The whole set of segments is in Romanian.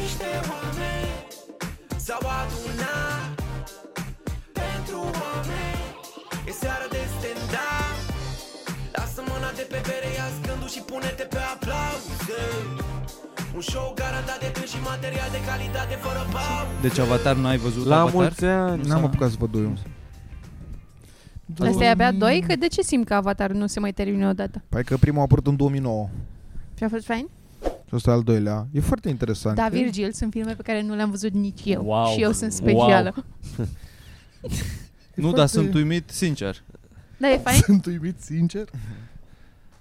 niște oameni S-au adunat pentru oameni E seara de stand-up Lasă mâna de pe bere, ia scândul și pune-te pe aplauze Un show garantat de plin și material de calitate fără pauză Deci Avatar n-ai văzut La Avatar? mulți ani! N-am apucat să văd doiul. Asta e Mm. abia doi? Că de ce simt că Avatar nu se mai termină odată? Păi că primul a apărut în 2009 Și a fost fain? și ăsta e al doilea. E foarte interesant. Da, Virgil, sunt filme pe care nu le-am văzut nici eu. Wow. Și eu sunt specială. Nu, dar foarte- sunt uimit, sincer. Dar Da, e fain? Sunt uimit, sincer.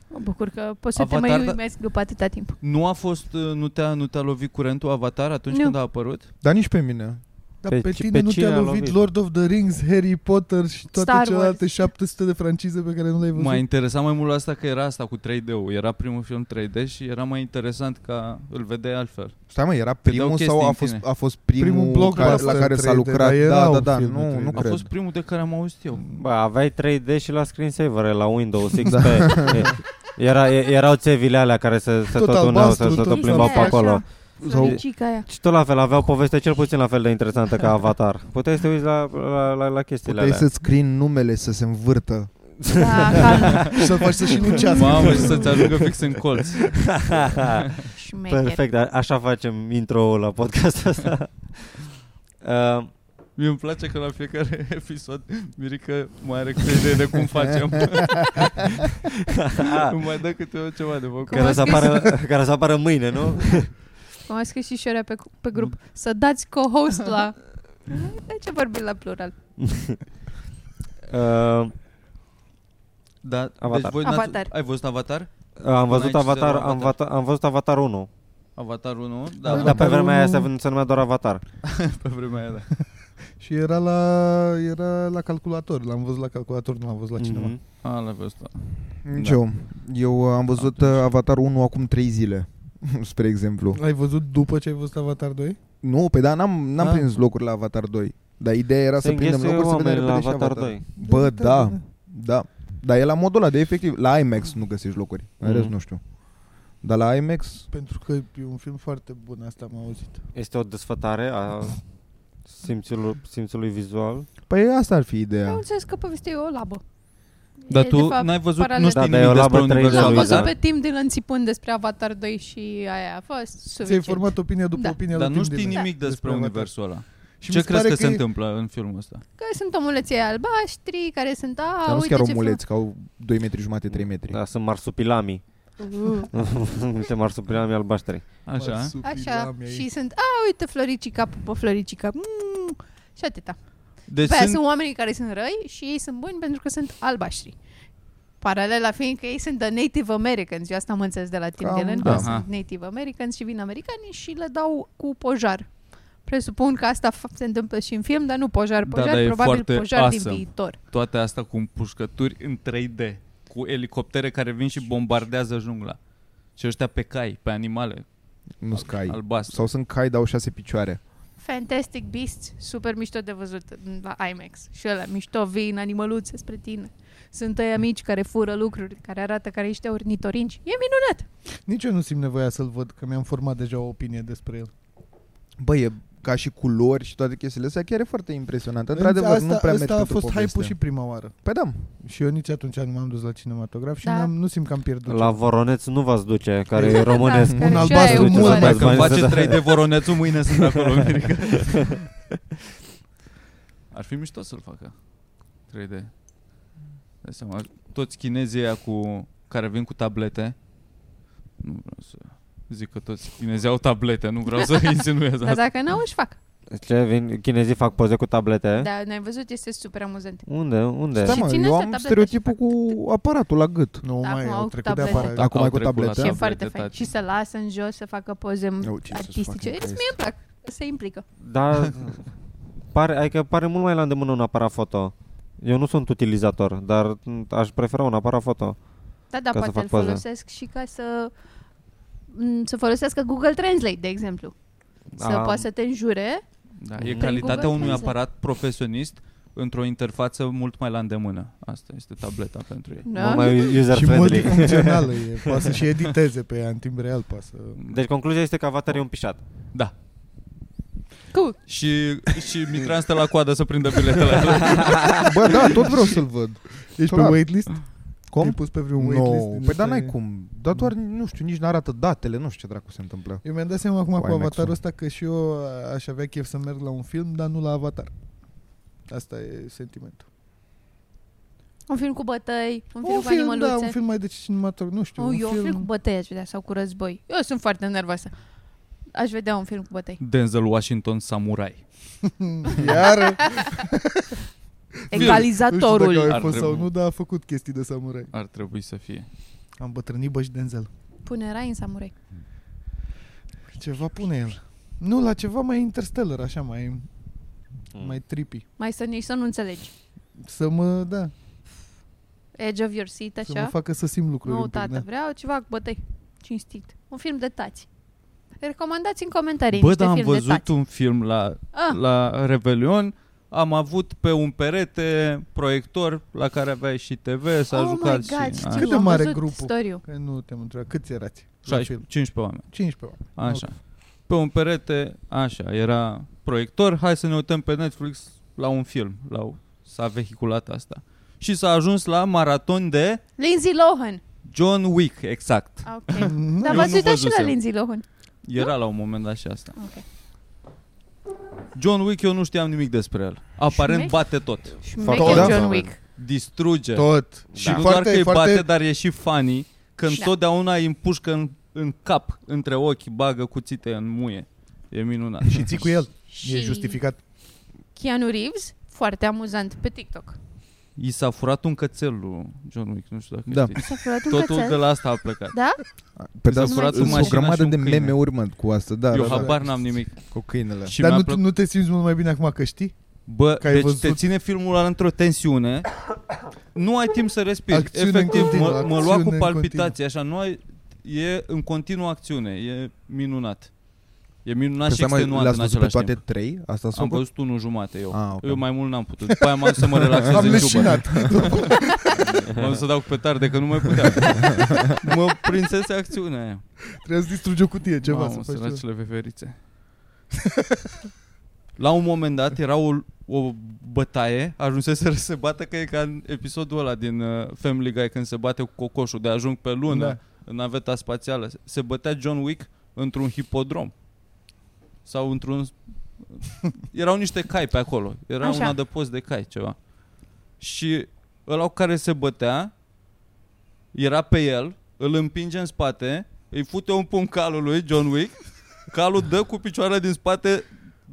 Mă bucur că poți să te Avatar, mai da- uimesc după atâta timp. Nu a fost, uh, nu te-a, nu te-a lovit curentul Avatar atunci Nu. când a apărut? Dar nici pe mine. Dar Pe pe, ci- tine pe nu cine te-a a lovit, lovit? Lord of the Rings, Harry Potter și toate Star celelalte Wars. 700 de francize pe care nu le-ai văzut. M-a interesat mai mult asta că era asta cu 3D-ul. Era primul film 3D și era mai interesant ca îl vedeai altfel. Stai mă, era dau primul chestii sau a în fost, tine. a fost primul, Primul care, blockbuster la care s-a 3D, dar lucrat? Da, erau da, da, filme nu, nu 3D. A cred. fost primul de care am auzit eu. Bă, aveai 3D și la screensaver la Windows XP. Da. E- Era, e- erau țevile alea care se, se Tot tot uneau, se albastru, se tot Păi, tot plimbau pe albastru. acolo. Sau... aia. Și tot la fel, aveau poveste cel puțin la fel de interesantă ca Avatar. Puteai să te uiți la, la, la, la chestiile Puteai alea. să-ți scrii numele să se învârtă. Da, calm. Și să faci să și lucească. Mamă, și să-ți ajungă fix în colț. Șmecher. Perfect, a- așa facem intro-ul la podcastul ăsta. Uh, Mie îmi place că la fiecare episod Mirica mai are câte idei de cum facem. Îmi mai dă câte ceva de făcut. Cum care, a să scris? apară, care să apară mâine, nu? Cum a scris și Șorea pe, pe grup. Să dați co-host la... De ce vorbim la plural? Uh, Da, deci Avatar. voi n-ați- Avatar. Ai văzut Avatar? am văzut N-ai ce să Avatar, vă am, arăt. vata- am văzut Avatar 1. Avatar 1, da, Da, Da, dar pe Avatar vremea 1. aia se, se numea doar Avatar. pe vremea aia, da. Și era la, era la calculator. L-am văzut la calculator, nu l-am văzut la cinema. Mhm. A, l-ai văzut. Da. Nici eu. Eu uh, am văzut uh, Avatar 1 acum 3 zile, spre exemplu. Ai văzut după ce ai văzut Avatar 2? Nu, pe da, n-am, n-am Da. prins locuri la Avatar 2. Dar ideea era Se să prindem înghesuie locuri să vedem oameni la repede și Avatar 2. Bă, da, da. Dar e la modul ăla de efectiv. La IMAX nu găsești locuri. În rest Mm. Mhm. nu știu. Dar la IMAX... Pentru că e un film foarte bun, asta am auzit. Este o desfătare a simțului, simțului vizual. Păi asta ar fi Eu am ideea. înțeles că povestea e o labă. Da. Dar E, tu de fapt, n-ai văzut, paralel. nu știi Da, dar nimic e o despre labă 3D, universul L-am lui, văzut da. Avatar? pe timp de înțipând despre Avatar 2 și aia a fost Ți-ai suficient. format opinia după Da. opinia Dar lui nu Tim știi Dillon nimic despre Avatar. universul ăla. Și Ce mi se crezi pare că se e- întâmplă în filmul ăsta? Că sunt omuleții aia albaștri care sunt, a, Dar nu sunt uite chiar ce omuleți, că au 2 metri jumate, 3 metri. Da, sunt marsupilami. frumos. Uh, Niște marsupilami albaștri. Așa. Așa, Marsupilami și aici. sunt, a, uite floricica, pupă floricica. Mm, și atâta. Deci Pe aia sunt, sunt oamenii care sunt răi și ei sunt buni pentru că sunt albaștri. Paralela fiind că ei sunt the Native Americans, eu asta am înțeles de la Tim Cam, Dillon, da. că Aha. sunt Native Americans și vin americanii și le dau cu pojar. Presupun că asta f- se întâmplă și în film, dar nu pojar, Da, pojar, dar e probabil foarte pojar din awesome. viitor. toate astea cu împușcături în 3D, cu elicoptere care vin și bombardează jungla. Și ăștia pe cai, pe animale, Nu sunt cai. albastre. Sau sunt cai, dar au 6 picioare. Fantastic Beasts, super mișto de văzut la IMAX. Și ăla, mișto, vin animăluțe spre tine. Sunt ăia mici care fură lucruri, care arată care ești ornitorinci. E minunat! Nici eu nu simt nevoia să-l văd, că mi-am format deja o opinie despre el. Bă, e ca și culori și toate chestiile astea chiar e foarte impresionant. Într-adevăr, asta, nu prea mergi asta a pentru fost hype-ul poveste. și prima oară. Păi da, Și eu nici atunci nu m-am dus la cinematograf și Da. n-am, nu simt că am pierdut. La Voroneț nu v-ați duce, care e românesc. Da, care Un și aia e albastru o mult culoare. mai Dacă îmi bani să face dai. 3D voronețul, mâine sunt acolo, Mirica. Ar fi mișto să-l facă. 3D. Dai seama, toți chinezii ăia cu, care vin cu tablete, nu vreau să zic că toți chinezii au tablete, nu vreau să insinuez Dar asta. dacă n-au, își fac. Ce, vin, chinezii fac poze cu tablete? Da, n-ai văzut, este super amuzant. Unde? Unde? stai Și mă, ține eu astea am tablete stereotipul și fac- cu aparatul la gât. Nu Da, Acum mai, au au trecut de tablete. aparat. Acum ai cu trecut la tablete? Și e Da, foarte fain. taci. Și să lasă în jos să facă poze Eu, ce să-ți fac, artistice. încă Îți este. mie îmi plac. Se implică. Da, pare, adică pare mult mai la îndemână un aparat foto. Eu nu sunt utilizator, dar m, aș prefera un aparat foto. Da, da, Ca să poate fac îl poze. folosesc și ca să m, să folosească Google Translate, de exemplu. Să Am- poată să te înjure. Da, Prin e Google calitatea unui Translate. aparat profesionist într-o interfață mult mai la îndemână. Asta este tableta pentru ei. Da? Mult mai user Și friendly. multifuncțională e, poate să și editeze pe ea în timp real, poate să... Deci concluzia este că Avatar e un pișat. Da. cool. Și, și Mitran stă la coadă să prindă biletele la Bă, da, tot vreau să-l văd. Ești pe Clar. waitlist? Cum? Te-ai pus pe vreun waitlist? din No. Păi dar ăsta n-ai de- cum. Dar doar, nu știu, nici n-arată datele, nu știu ce dracu se întâmplă. Eu mi-am dat seama acum Cu cu IMAX-ul. avatarul ăsta că și eu aș avea chef să merg la un film, dar nu la avatar. Asta e sentimentul. Un film cu bătăi, un film un cu film, da, animăluțe. un film mai de cinematograf, nu știu, Oh, un eu un film... film cu bătăi aș vedea sau cu război. Eu sunt foarte nervoasă. Aș vedea un film cu bătăi. Denzel Washington Samurai. Iar, nu știu Egalizatorul. dacă Ar a fost sau trebui. nu, dar a făcut chestii de samurai. Ar trebui să fie. Am bătrânit bă și Denzel. Pune rai în samurai. Ceva pune el. Nu, la ceva mai interstellar, așa, mai, Mm. mai trippy. Mai să nici să nu înțelegi. Să mă, da, Edge of your seat, să mă așa. facă să simt lucruri Nu, un pic, tată, da. vreau ceva cu bătăi. Cinstit. Un film de tați. Recomandați în comentarii Bă, niște dar am film de văzut tați. un film la, Ah, la Revelion. Am avut pe un perete proiector la care aveai și TV, s-a oh jucat my God, și... știu, a, Cât de am mare văzut grupul? Storiu. Că nu te-am întrebat, câți erați? la 16 film? 15 oameni. 15 oameni. Așa. Pe un perete, așa, era proiector, hai să ne uităm pe Netflix la un film, la o- s-a vehiculat asta. Și s-a ajuns la maraton de Lindsay Lohan. John Wick, exact. Ah, Ok. Nu, Dar Eu v-ați nu uitat și la văzusem. Lindsay Lohan. Era la un moment dat și asta. Ok. John Wick, eu nu știam nimic despre el. Aparent Șmech? bate tot. Șmecher Da. John Wick. Distruge. Tot. Și Da. nu doar că îi bate, da. dar e și funny când Da. totdeauna îi împușcă în, în cap, între ochi, bagă cuțite în muie. E minunat. Și ții cu el. E Și justificat. Keanu Reeves, foarte amuzant pe TikTok. I s-a furat un cățel lui John Wick, nu știu dacă Da. știți. S-a furat un Totul cățel. de la asta a plecat. Da? Pe s-a da, furat sunt cu o mașina și grămadă un de câine. meme urmând cu asta, da. Eu da, da. habar n-am nimic. Cu câinele. Și Dar mi-a nu, plăcut- nu te simți mult mai bine acum că știi? Bă, că ai deci văzut- te ține filmul ăla într-o tensiune. Nu ai timp să respiri. Acțiune în Efectiv, continuu, mă, mă acțiune lua cu în palpitații, așa, nu ai, e în continuu acțiune, e minunat. E minunat și Pe seama, extenuant L-ați în văzut pe același toate timp. trei? Asta s-a Am văzut unul jumate eu. Ah, ok. Eu mai mult n-am putut. După aia m-am dus să mă relaxez Am în ciubă. leșinat. M-am dus să dau cu petarde, că nu mai puteam. mă prinsese acțiunea aia. Trebuie să distrugi o cutie, ceva Mamă, să faci ceva. săracele veverițe. La un moment dat era o, o bătaie, ajunseseră să se bată că e ca în episodul ăla din uh, Family Guy când se bate cu cocoșul de ajung pe lună da. Da. în naveta spațială. Se bătea John Wick într-un hipodrom. Sau într-un... Erau niște cai pe acolo. Era Așa. un adăpost de cai, ceva. Și ăla cu care se bătea era pe el, îl împinge în spate, îi fute un pumn calul lui John Wick, calul dă cu picioarele din spate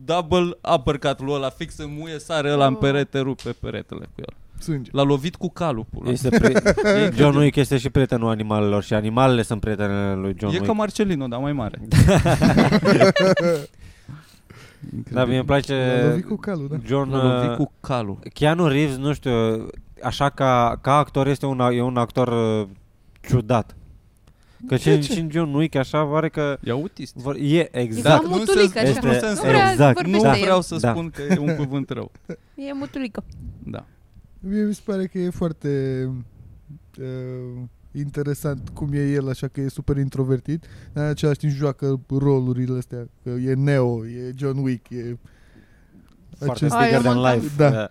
double uppercut lui ăla, fix în muie, sare ăla în Oh. perete, rupe peretele cu el. Sânge. L-a lovit cu calul, pula. Este pri- E, John Wick este și prietenul animalelor și animalele sunt prietenele lui John e Wick. ca Marcelino, dar mai mare. Da, mie îmi L-a place lovit cu calul, da. John L-a lovit uh, cu calul. Keanu Reeves, nu știu, așa ca, ca actor este un, e un actor uh, ciudat. Că și, și în John Wick așa pare că E autist. vor, e E exact. ca Dacă nu mutulică, se- așa. nu se Nu prea exact, Nu vorbește da. el. vreau să Da. spun că e un cuvânt rău. E mutulică. Da. Mie mi se pare că e foarte uh, interesant cum e el, așa că e super introvertit, dar în același timp joacă rolurile astea, că e Neo, e John Wick, e... Foarte acest- bigger than Ai, eu life. m-am- Da.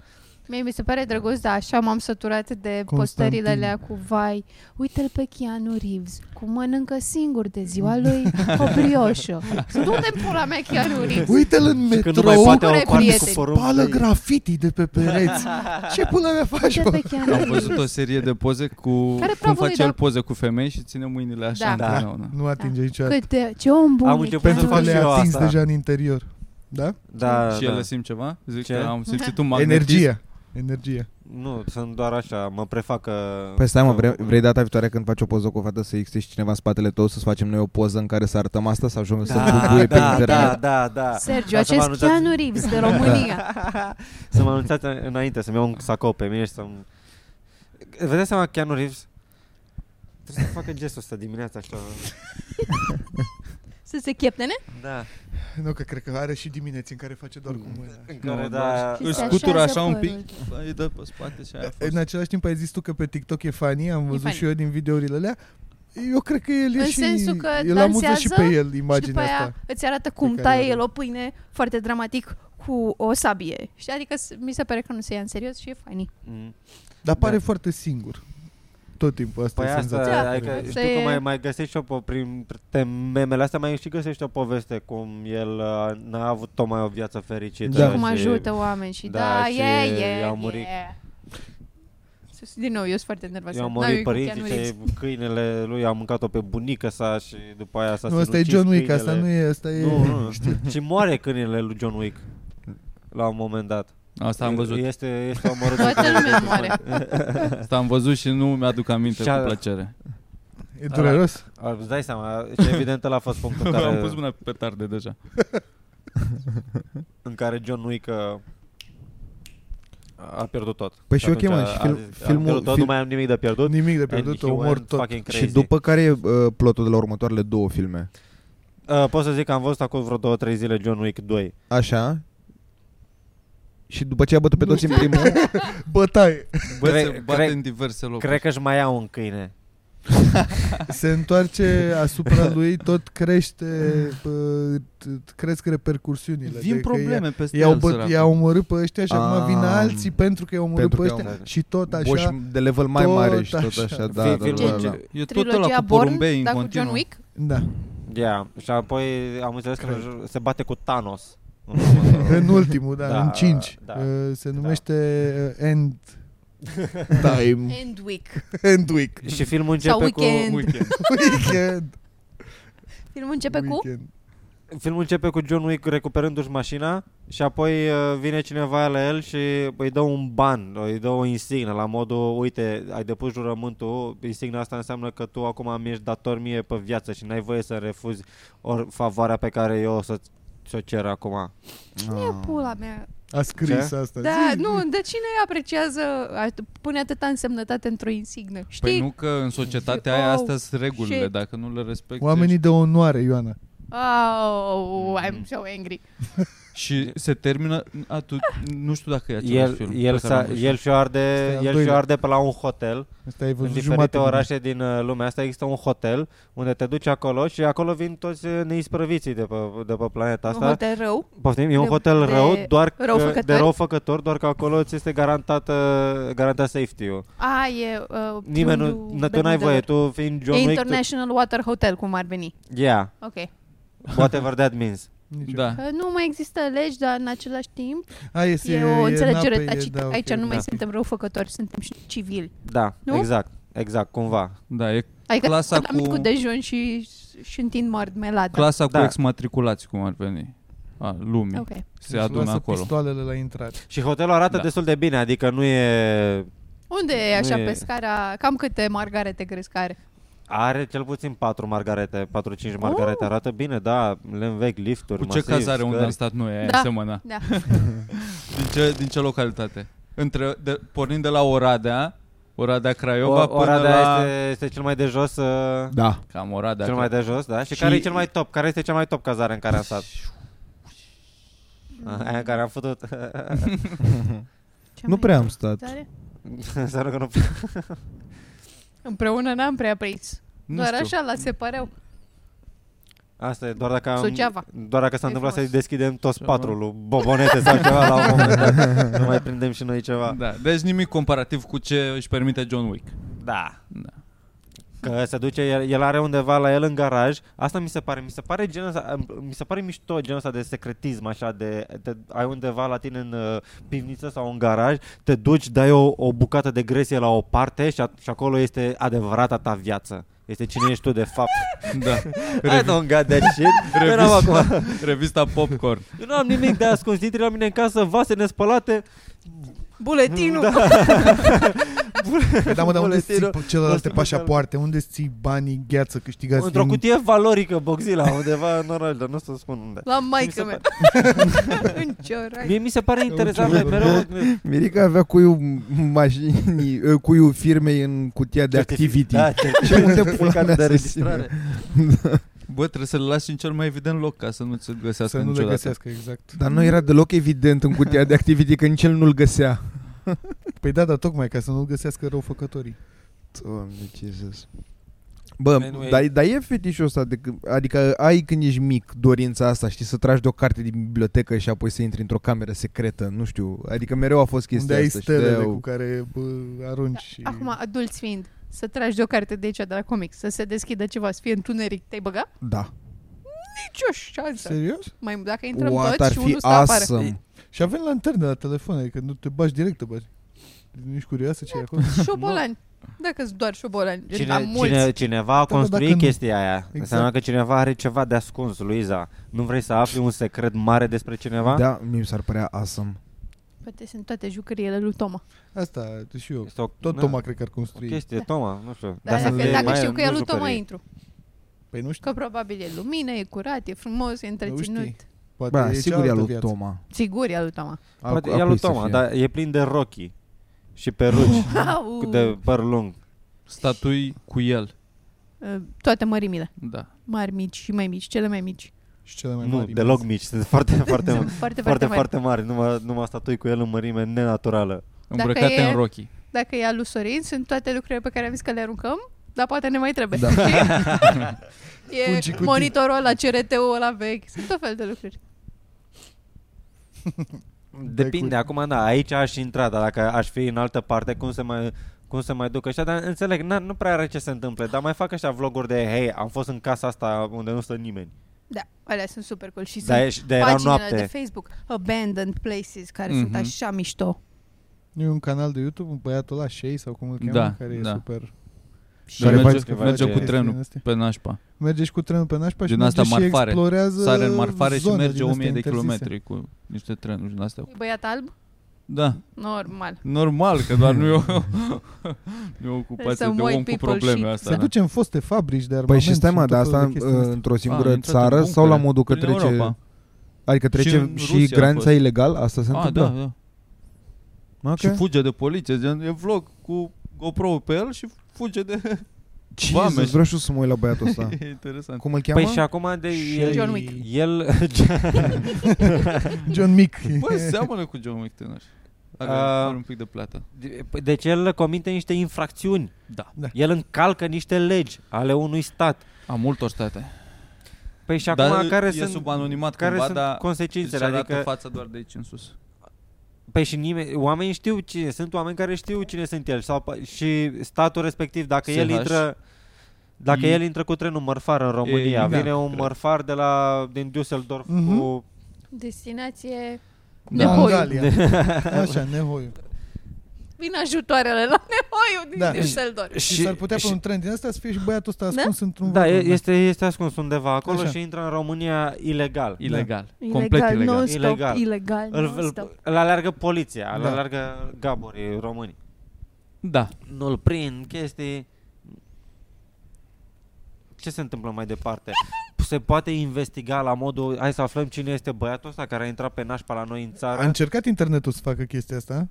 Mie mi se pare drăguț, dar așa m-am săturat de Constantin. postările alea cu vai, uite-l pe Keanu Reeves, cum mănâncă singur de ziua lui o brioșă. Sunt unde pula mea Keanu Reeves? Păi, Uite-l în Și când nu mai metrou, poate Bucure, o coartă cu prieteni. porumb. pală graffiti de pe pereți. Ce pula mea faci, Uite-l mă? pe Keanu Am Reeves. văzut o serie de poze cu... Care cum probabil, face el da. poze cu femei și ține mâinile Da. așa. întotdeauna. Nu atinge niciodată. Cât de, ce om bun Am e început Keanu să Pentru că fac Reeves. le-ai și eu atins asta. deja în interior. Da? Da, și da. ele simt ceva? Zic Ce? că am simțit un magnetism. Energia. Energia. Nu, sunt doar așa, mă prefac că... Păi stai mă, vrei, că- vrei data viitoare când faci o poză cu o fată să existe și cineva în spatele tău să facem noi o poză în care să arătăm asta să ajungă să bubuie pe da, internet? da, da, da. Sergiu, Dar să mă acest anunțați- Keanu Reeves de România. să mă anunțați înainte, să-mi iau un sacou pe mine și să-mi... Vă dați seama, Keanu Reeves trebuie să facă gestul ăsta dimineața așa. Să se cheptene? Da. Nu, că cred că are și dimineți în care face doar cu mâna. În Nu, care, doar- da... Și se Îți scutură așează așa un părul. pic, Păi, îi dă pe spate și aia a În fost. același timp ai zis tu că pe TikTok e funny, am văzut funny. și eu din videourile alea. Eu cred că el e În și... sensul că el amuză și dansează pe el și după imaginea aia asta. îți arată cum pe care taie o- el o pâine foarte dramatic cu o sabie. Știi? Adică s- mi se pare că nu se ia în serios și e funny. Mm. Dar pare Da. foarte singur. Tot timpul asta Păi e asta, senzația. Da, adică asta știu e- că mai, mai găsești și o, po- prin te- memele astea, mai și găsești o poveste cum el uh, n-a avut tocmai o viață fericită. Da. Cum și- ajută oameni și da, da, da și yeah, yeah, i-au murit. yeah. Sus- Din nou, eu sunt foarte nervoasă. Eu am N-am eu murit cu părinții Keanu și Reeves. câinele lui a mâncat-o pe bunică sa și după aia s-a Nu, asta e sinucis John Wick, câinele. asta nu e, asta e... Nu, nu, nu. și moare câinele lui John Wick la un moment dat. Asta am văzut. Este, este omorât. de Toată câine. lumea moare. Asta am văzut și nu mi-aduc aminte Și-a- cu plăcere. E dureros. A, Îți dai seama, și evident ăla a fost punctul care... Am pus mâna pe tarde deja. în care John Wick uh, a pierdut tot. Păi și ok, atunci mă, a- și a film- zis, am filmul- pierdut tot, fil- nu mai am nimic de pierdut. Nimic de and pierdut, he omor went tot. Fucking crazy. Și după care e uh, plotul de la următoarele două filme? Uh, pot să zic că am văzut acum vreo două, trei zile John Wick 2. Așa. Și după ce a bătut pe toți în primul, Bătaie. Bă, Cre- se bate cre- în diverse locuri. Cred că își mai iau un câine. Se întoarce asupra lui, tot crește, bă, t- t- cresc repercursiunile. Vin de că probleme peste i-a- I-au, el, bă, săracul. i-au omorât pe ăștia și acum Ah. vin alții pentru că i-au omorât Pentru pe că i-au ăștia omorât. și tot așa. boși de level mai tot mare și tot așa. așa, da, da, Fi- da, filmul da, da. ce- E tot ăla Trilogia cu porumbei Born, în dar cu John continuu. Wick. Da. Yeah. Și apoi am înțeles că Cred. se bate cu Thanos. În ultimul, da, Da, în 5. da. Se numește uh, End Time. End Week. End Week. și filmul Sau începe cu Weekend. Weekend. Filmul începe cu... Weekend. filmul începe cu John Wick recuperându-și mașina și apoi uh, vine cineva la el și îi dă un ban, îi dă o insignă la modul, uite, ai depus jurământul, insigna asta înseamnă că tu acum mi ești dator mie pe viață și n-ai voie să refuzi ori favoarea pe care eu o să ți-o cer acum. Ah. E pula mea. A scris Ce? Păi asta. Da, Zi, nu, de cine apreciază, at- pune atâta însemnătate într-o insignă? Știi? Păi nu că în societatea aia Oh, astea sunt regulile, shit. dacă nu le respecti. Oamenii de onoare, Ioana. Oh, Mm. I'm so angry. Și se termină, a, tu, nu știu dacă e același El, film. pe el, care s-a, l-am văzut. el și-o Este arde, al el și-o doilea. arde pe la un hotel Asta ai În văzut diferite jumate. din- orașe din uh, lumea asta există un hotel unde te duci acolo și acolo vin toți uh, neisprăviții de pe, de pe planeta Un asta. hotel rău. Poftim, e un De- hotel de rău, doar că, răufăcători? de răufăcător, doar că acolo ți este garantat, uh, garantat safety-ul. A, e... Uh, Nimeni nu, fundul n- tu n-ai voie, Bermudelor. tu fiind E John Wick, tu, International Water Hotel, cum ar veni. yeah, Ok. whatever that means. Nici- Da. Că Nu mai există legi, dar în același timp A, este, e o înțelegere nape, e- tacită. da, ok. Aici nu mai da. suntem răufăcători, suntem și civili. Da, Nu? exact, exact, cumva. Da, e Adică Clasa am cu... cu- cu dejun și, și întind marmelada. clasa cu Da. exmatriculați, cum ar veni. A, lumii. Ok. Se Își adună lasă acolo. pistoalele la intrare. Și hotelul arată Da. destul de bine, adică nu e... Unde e așa Nu e- pe scara? Cam câte margarete crezi că are? Are cel puțin patru margarete, 4-5 Oh! margarete, arată bine, da, le învechi lifturi, Cu ce masiv, cazare unde scări. am stat noi, aia Da. da. semăna. Da. Din ce, din ce localitate? Între, de, pornind de la Oradea, Oradea O, Craiova, până Oradea la... este, este cel mai de jos, uh, Da. Cam Oradea. cel mai de jos, da? Și, Și- care e cel mai top? Care este cea mai top cazare în care am stat? Aia în care am făcut Ce Nu mai prea am e? stat. Da. Tare? Înseamnă că nu... Împreună n-am prea prins. nu Doar știu. așa la separeu. Asta e, doar dacă am, Suceava. Doar dacă s-a E întâmplat să-i frumos. deschidem toți Suceava. patru lui Bobonete sau ceva la un moment dat. Nu mai prindem și noi ceva. Da, deci nimic comparativ cu ce își permite John Wick. Da. Da. Că se duce, el, el are undeva la el în garaj Asta mi se pare, mi se pare genul ăsta, Mi se pare mișto genul ăsta de secretism Așa de, te, ai undeva la tine în uh, pivniță sau în garaj Te duci, dai o, o bucată de gresie la o parte Și, a, și acolo este adevărata ta viață este cine ești tu de fapt Da. I don't got that shit Eu n-am acum Revista, revista Popcorn. Eu n-am nimic de ascuns, intri la mine în casă, vase nespălate, Buletinul! Da. Păi Da, mă, dar unde Buletinul. ții celelalte Buletinul. pașapoarte? Unde ții banii gheață câștigați într-o din... cutie valorică, boxila, undeva în oraș, dar nu o să spun unde. La Mi maică se mea. În ciorai. Mie mi se pare interesant, ce mai vorbim? mereu Mirica avea cuiul mașinii, eh, cuiul firmei în cutia de activity. Da, Ce multe certificatul pula mea de să registrare. Bă, trebuie să le lași în cel mai evident loc ca să nu ți-l Să găsească nu le niciodată. găsească, exact. Dar nu era deloc evident în cutia de activity că nici el nu-l găsea. Păi da, dar tocmai ca să nu-l găsească răufăcătorii. Doamne, Jesus. Bă, Păi Anyway. dar, dar e fetișul ăsta, de, că- adică ai când ești mic dorința asta, știi, să tragi de o carte din bibliotecă și apoi să intri într-o cameră secretă, nu știu, adică mereu a fost Unde chestia ai asta. și stelele de-aia cu au- care bă, arunci și... Acum, da. adulți fiind, să tragi de o carte de aici, de la comic, să se deschidă ceva, să fie întuneric, te-ai Deci băga? Da. Nici o șansă. Serios? Mai, dacă intrăm What, toți ar și fi unul să apară. awesome. Și avem lanterne la telefon, adică nu te bagi direct, te bagi. Nici curioasă ce e acolo? Șobolani. Dacă sunt doar șobolani, gen, Cine, dar mulți. cine, cineva a da, construit dacă nu- chestia aia. Exact. Înseamnă că cineva are ceva de ascuns, Luiza. Nu vrei să afli un secret mare despre cineva? Da, mi s-ar părea awesome. Poate sunt toate jucăriile lui Toma. Asta deci și eu. Este o, Tot na, Toma cred că ar construi. o chestie, Da. Toma, nu știu. Dar să dacă, fie dacă mai- știu că e nu al lui Toma, jucărie. intru. Păi nu știu, Că probabil e lumină, e curat, e frumos, e întreținut. știi. poate Ba, e sigur e a cealaltă lui viață. Toma. Sigur e al lui Toma. Al- Poate al Păi, e al cui lui să Toma, fie? dar e plin de rochii și peruci Au, cu- de păr lung. Statui cu el. uh, Toate mărimile. Da. Mari mici și mai mici, cele mai mici. Și cele mai Nu, mari. deloc mici, sunt foarte, foarte, Sunt foarte, foarte, foarte, foarte, mari. foarte mari. Numai, numai statui cu el în mărime nenaturală. Îmbrăcate e- în rochii. Dacă e al lui Sorin, sunt toate lucrurile pe care am zis că le aruncăm, dar poate ne mai trebuie. Da. e Fungii cutii. monitorul ăla, CRT-ul ăla vechi. Sunt tot fel de lucruri. Depinde, acum da, aici aș intra, dar dacă aș fi în altă parte, cum se mai cum se mai duc ăștia, dar înțeleg, na, nu prea are ce se întâmple, dar mai fac ăștia vloguri de, hei, am fost în casa asta unde nu stă nimeni. Da, alea sunt super cool și Dar sunt ești- dar erau paginile noapte. de Facebook, abandoned places, care sunt Mhm. așa mișto. Nu e un canal de YouTube, un băiatul ăla, Shay sau cum îl cheamă, Da, care da. e super... Dar care merge, face- merge face cu chestiile trenul astea. pe nașpa. Merge și cu trenul pe nașpa și Din asta merge și marfare. explorează Sare în marfare și zone merge din astea 1000 de interzise. kilometri cu niște trenuri din astea. E băiat alb? Da, Normal. normal că doar nu e o, nu e o ocupație Some de white om cu people probleme shit. asta. Se da. duce în foste fabrici de Păi armament. și stai mă, în dar tot felul asta uh, de chestii astea. într-o A, singură am Ah, intrat în țară sau la buncăre, modul că prin trece... Europa. Adică Și trece în și Rusia a granița fost. ilegal? Asta se A, întâmplă? da, da. Ok. Și fuge de poliție, gen, e vlog cu GoPro pe el și fuge de... Jesus, Vame. vreau și eu să mă uit la băiatul ăsta. e interesant. Cum îl cheamă? Păi și acum de el, John Wick. el John Mick. Bă, seamănă cu John McTinner. Are, A. Ah. are un pic de plată. deci el comite niște infracțiuni. Da. El încalcă niște legi ale unui stat. A multor state. Păi și acum Dar care e sunt sub anonimat care cumva, sunt dar consecințele? Deci arată Adică fața doar de aici în sus. Păi și nimeni, oamenii știu cine, sunt oameni care știu cine sunt el sau, pa- și statul respectiv, dacă el SH. intră dacă I- el intră cu trenul mărfar în România, E, da, vine un cred. mărfar de la din Düsseldorf Mhm. cu Destinație... Da. Nehoiu. Mangalia. Așa, nehoiu. Vin ajutoarele la nehoiu din Da. da. Düsseldorf. Și, s-ar putea pe un tren din asta să fie și băiatul ăsta ascuns într-un da, vagon, e- este, este ascuns undeva acolo Așa. și intră în România ilegal. Ilegal. Complet ilegal. non-stop, Ilegal. ilegal, Îl, non-stop. îl, îl aleargă poliția, îl Da. aleargă gaborii români. Da. Nu-l prind, chestii... Ce se întâmplă mai departe? Se poate investiga la modul, hai să aflăm cine este băiatul ăsta care a intrat pe nașpa la noi în A țară? încercat internetul să facă chestia asta,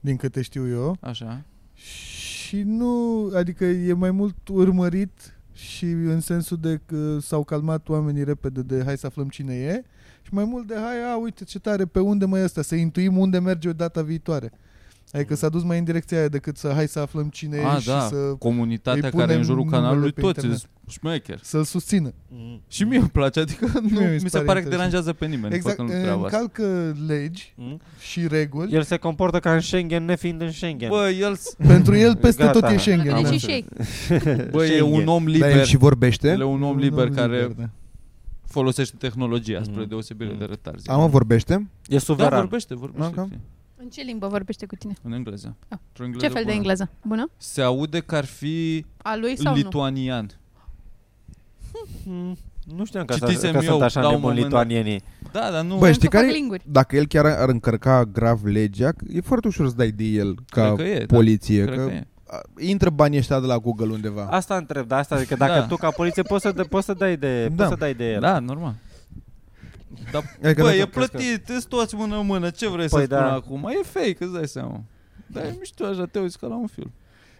din câte știu eu, Așa. și nu, adică e mai mult urmărit și în sensul de că s-au calmat oamenii repede de hai să aflăm cine e și mai mult de hai, a, uite ce tare, pe unde mai e ăsta, să intuim unde merge o data viitoare. Adică s-a dus mai în direcția aia decât să hai să aflăm cine A, e și da. să, Comunitatea îi care punem în jurul numele canalului pe toți internet. sunt șmecher. să-l susțină. Mm. Și mie îmi place, adică nu, mi se mie pare mi se pare că interesant. deranjează pe nimeni Exact, făcând treaba asta. încalcă legi Mm. și reguli. El se comportă ca în Schengen, nefiind în Schengen. Bă, el s- Pentru el peste Gata. tot e Schengen. Dacă Am da. deci înțeles. și ei. bă e un om Dar el liber. și vorbește? El e un om liber care da. folosește tehnologia spre Mm. deosebire Mm. de retarzi. A, mă, vorbește? e Da, suveran. vorbește, vorbește. Ok. fie. În ce limbă vorbește cu tine? În engleză. Ah. Într-o engleză Ce fel de bună. engleză? Bună? Se aude că ar fi A lui sau nu? lituanian. Mm. Nu știam că, Citisem s-a- că eu, sunt așa la un nebuni moment dat. lituanienii. Da, dar nu... Băi, Pentru știi că fac care linguri. dacă el chiar ar încărca grav legea, e foarte ușor să dai de el ca Cred că e, da. poliție. cred că că e. a, intră banii ăștia de la Google undeva. Asta întreb, dar asta, adică dacă Da. tu ca poliție poți să, de, poți să dai de, Da. poți să dai de el. Da, normal. Dar, Adică bă, dacă- e plătit, îți toți mână în mână, ce vrei Păi să spun da. acum? E fake, îți dai seama. Dar e mișto așa, te uiți ca la un film.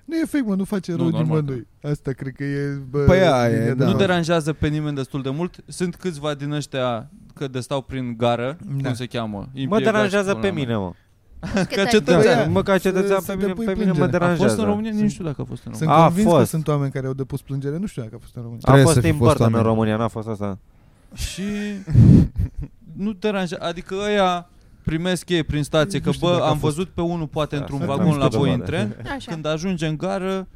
Nu e fake, mă, nu face Nu, rău normal. nimănui. Asta cred că e... Bă, Păi aia e, linia de da. Da. Nu bază. deranjează pe nimeni destul de mult. Sunt câțiva din ăștia că de stau prin gară, da. Da. cum se cheamă. Mă impiegați, deranjează până pe la mine, mă. Ca Da. cetățean. Da, Da. mă, ca cetățean Să pe te mine, pui pe mine mă plângere. A deranjează. fost în România? Nici nu știu dacă a fost în Sunt România. A, a convins că fost. sunt oameni care au depus plângere, nu știu dacă a fost în România. A Trebuie fost să fi Tim fost Burton în oameni. România, n-a fost asta. Și nu deranja, adică ăia primesc ei prin stație, Nu că știu bă, dacă a am fost. văzut pe unul poate Da, într-un sunt vagon la mișto voi de în mare. tren, Așa. când ajunge în gară,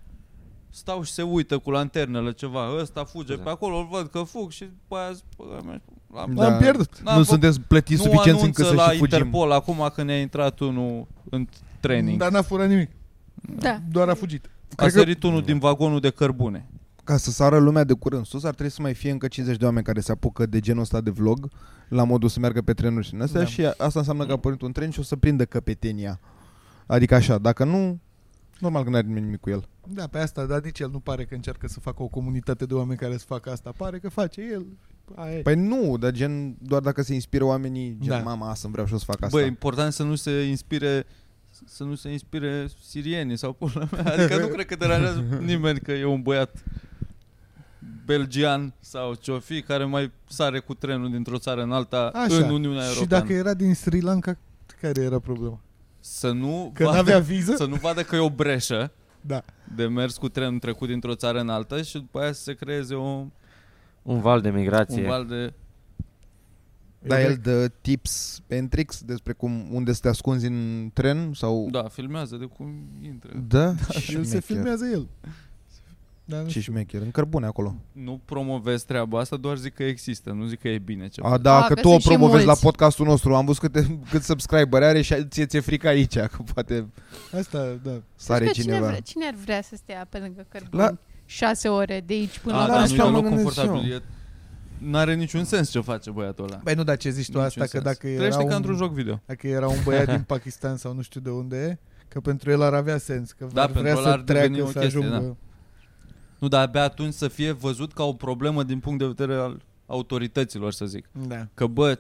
stau și se uită cu lanternele ceva, ăsta fuge Da. Exact. pe acolo, îl văd că fug și după aia zic, "Bă, mea, l-am Da. Am pierdut. N-am nu făcut- sunteți nu plătiți suficient încă anunță să la și fugim. Interpol acum când ne-a intrat unul în training. Dar n-a furat nimic, Da. doar a fugit. A Cred că- Da. sărit unul din vagonul de cărbune. Ca să sară lumea de curând sus, ar trebui să mai fie încă 50 de oameni care se apucă de genul ăsta de vlog la modul să meargă pe trenuri și în astea Da. da. și asta înseamnă că a pornit un tren și o să prindă căpetenia. Adică așa, dacă nu, normal că n-are nimeni nimic cu el. Da, pe asta, dar nici el nu pare că încearcă să facă o comunitate de oamen care să facă asta. Pare că face el. Aia e. Păi nu, dar gen, doar dacă se inspiră oamenii, gen, Da. da. mama, asta îmi vreau și o să fac asta. Bă, e important să nu se inspire să nu se inspire sirienii sau pula mea. Adică nu cred că deranjează nimeni că e un băiat belgian sau ce fi care mai sare cu trenul dintr-o țară în alta Așa. în Uniunea Europeană. Și dacă era din Sri Lanka, care era problema? Să nu Că vadă, n-avea viză? să nu vadă că e o breșă Da. de mers cu trenul trecut dintr-o țară în alta și după aia să se creeze o, un Un val de migrație. val de... Dar el dă tips and tricks despre cum, unde să te ascunzi în tren sau... Da, filmează de cum intră. Da? Și el se șmecher. filmează el. Dar nu Ce știu. șmecher, în cărbune acolo. Nu promovez treaba asta, doar zic că există, nu zic că e bine ceva. A, da, A, că că tu o sunt și promovezi la mulți. podcastul nostru. Am văzut câte, cât subscriber are și ție ți-e frică aici, că poate Asta, da. sare Știi că Cine, cineva. vrea, cine ar vrea să stea pe lângă cărbun? La- La... 6 ore de aici până A, la da, dar casă. nu asta e mă deloc gândesc confortabil. E, n-are niciun sens ce face băiatul ăla. Băi, nu, dar ce zici tu Niciun asta, că sens. dacă era Trăiește ca un, într-un joc video. dacă era un băiat din Pakistan sau nu știu de unde, că pentru el ar avea sens, că Da, ar pentru vrea ăla să ar deveni treacă, o să chestie, ajungă. Nu, dar abia atunci să fie văzut ca o problemă din punct de vedere al autorităților, să zic. Da. da. Că bă,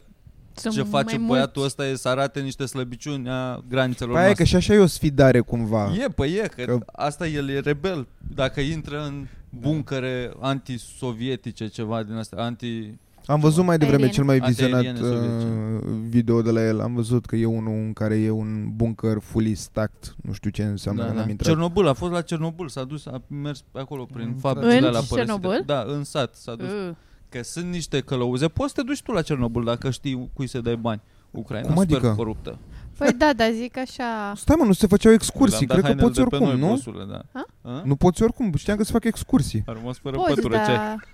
Sunt ce face mai băiatul mulți. ăsta e să arate niște slăbiciuni a granițelor Păi aia că noastre. și așa e o sfidare cumva. E, păi e, că, Că- asta el e rebel. Dacă intră în buncăre antisovietice, ceva din asta, anti... Am văzut mai devreme Aeriene. cel mai Alte vizionat aeriene sovietice. uh, video de la el. Am văzut că e unul în care e un bunker fully stacked. Nu știu ce înseamnă, da, n-am intrat. Cernobâl, a fost la Cernobâl, s-a dus, a mers pe acolo prin În fabricile În la Cernobâl? Da, în sat s-a dus. Uh, Că sunt niște călăuze, poți să te duci tu la Cernobâl dacă știi cui să dai bani. Ucraina Cum super adică? coruptă. Păi da, dar zic așa... Stai mă, nu se făceau excursii. Le-am dat Cred că hainele poți de pe oricum, noi, nu? Posule, da. Ha? Ha? Nu poți oricum. Știam că se fac excursii. A rămas fără Poți, da. pătură, ce? dar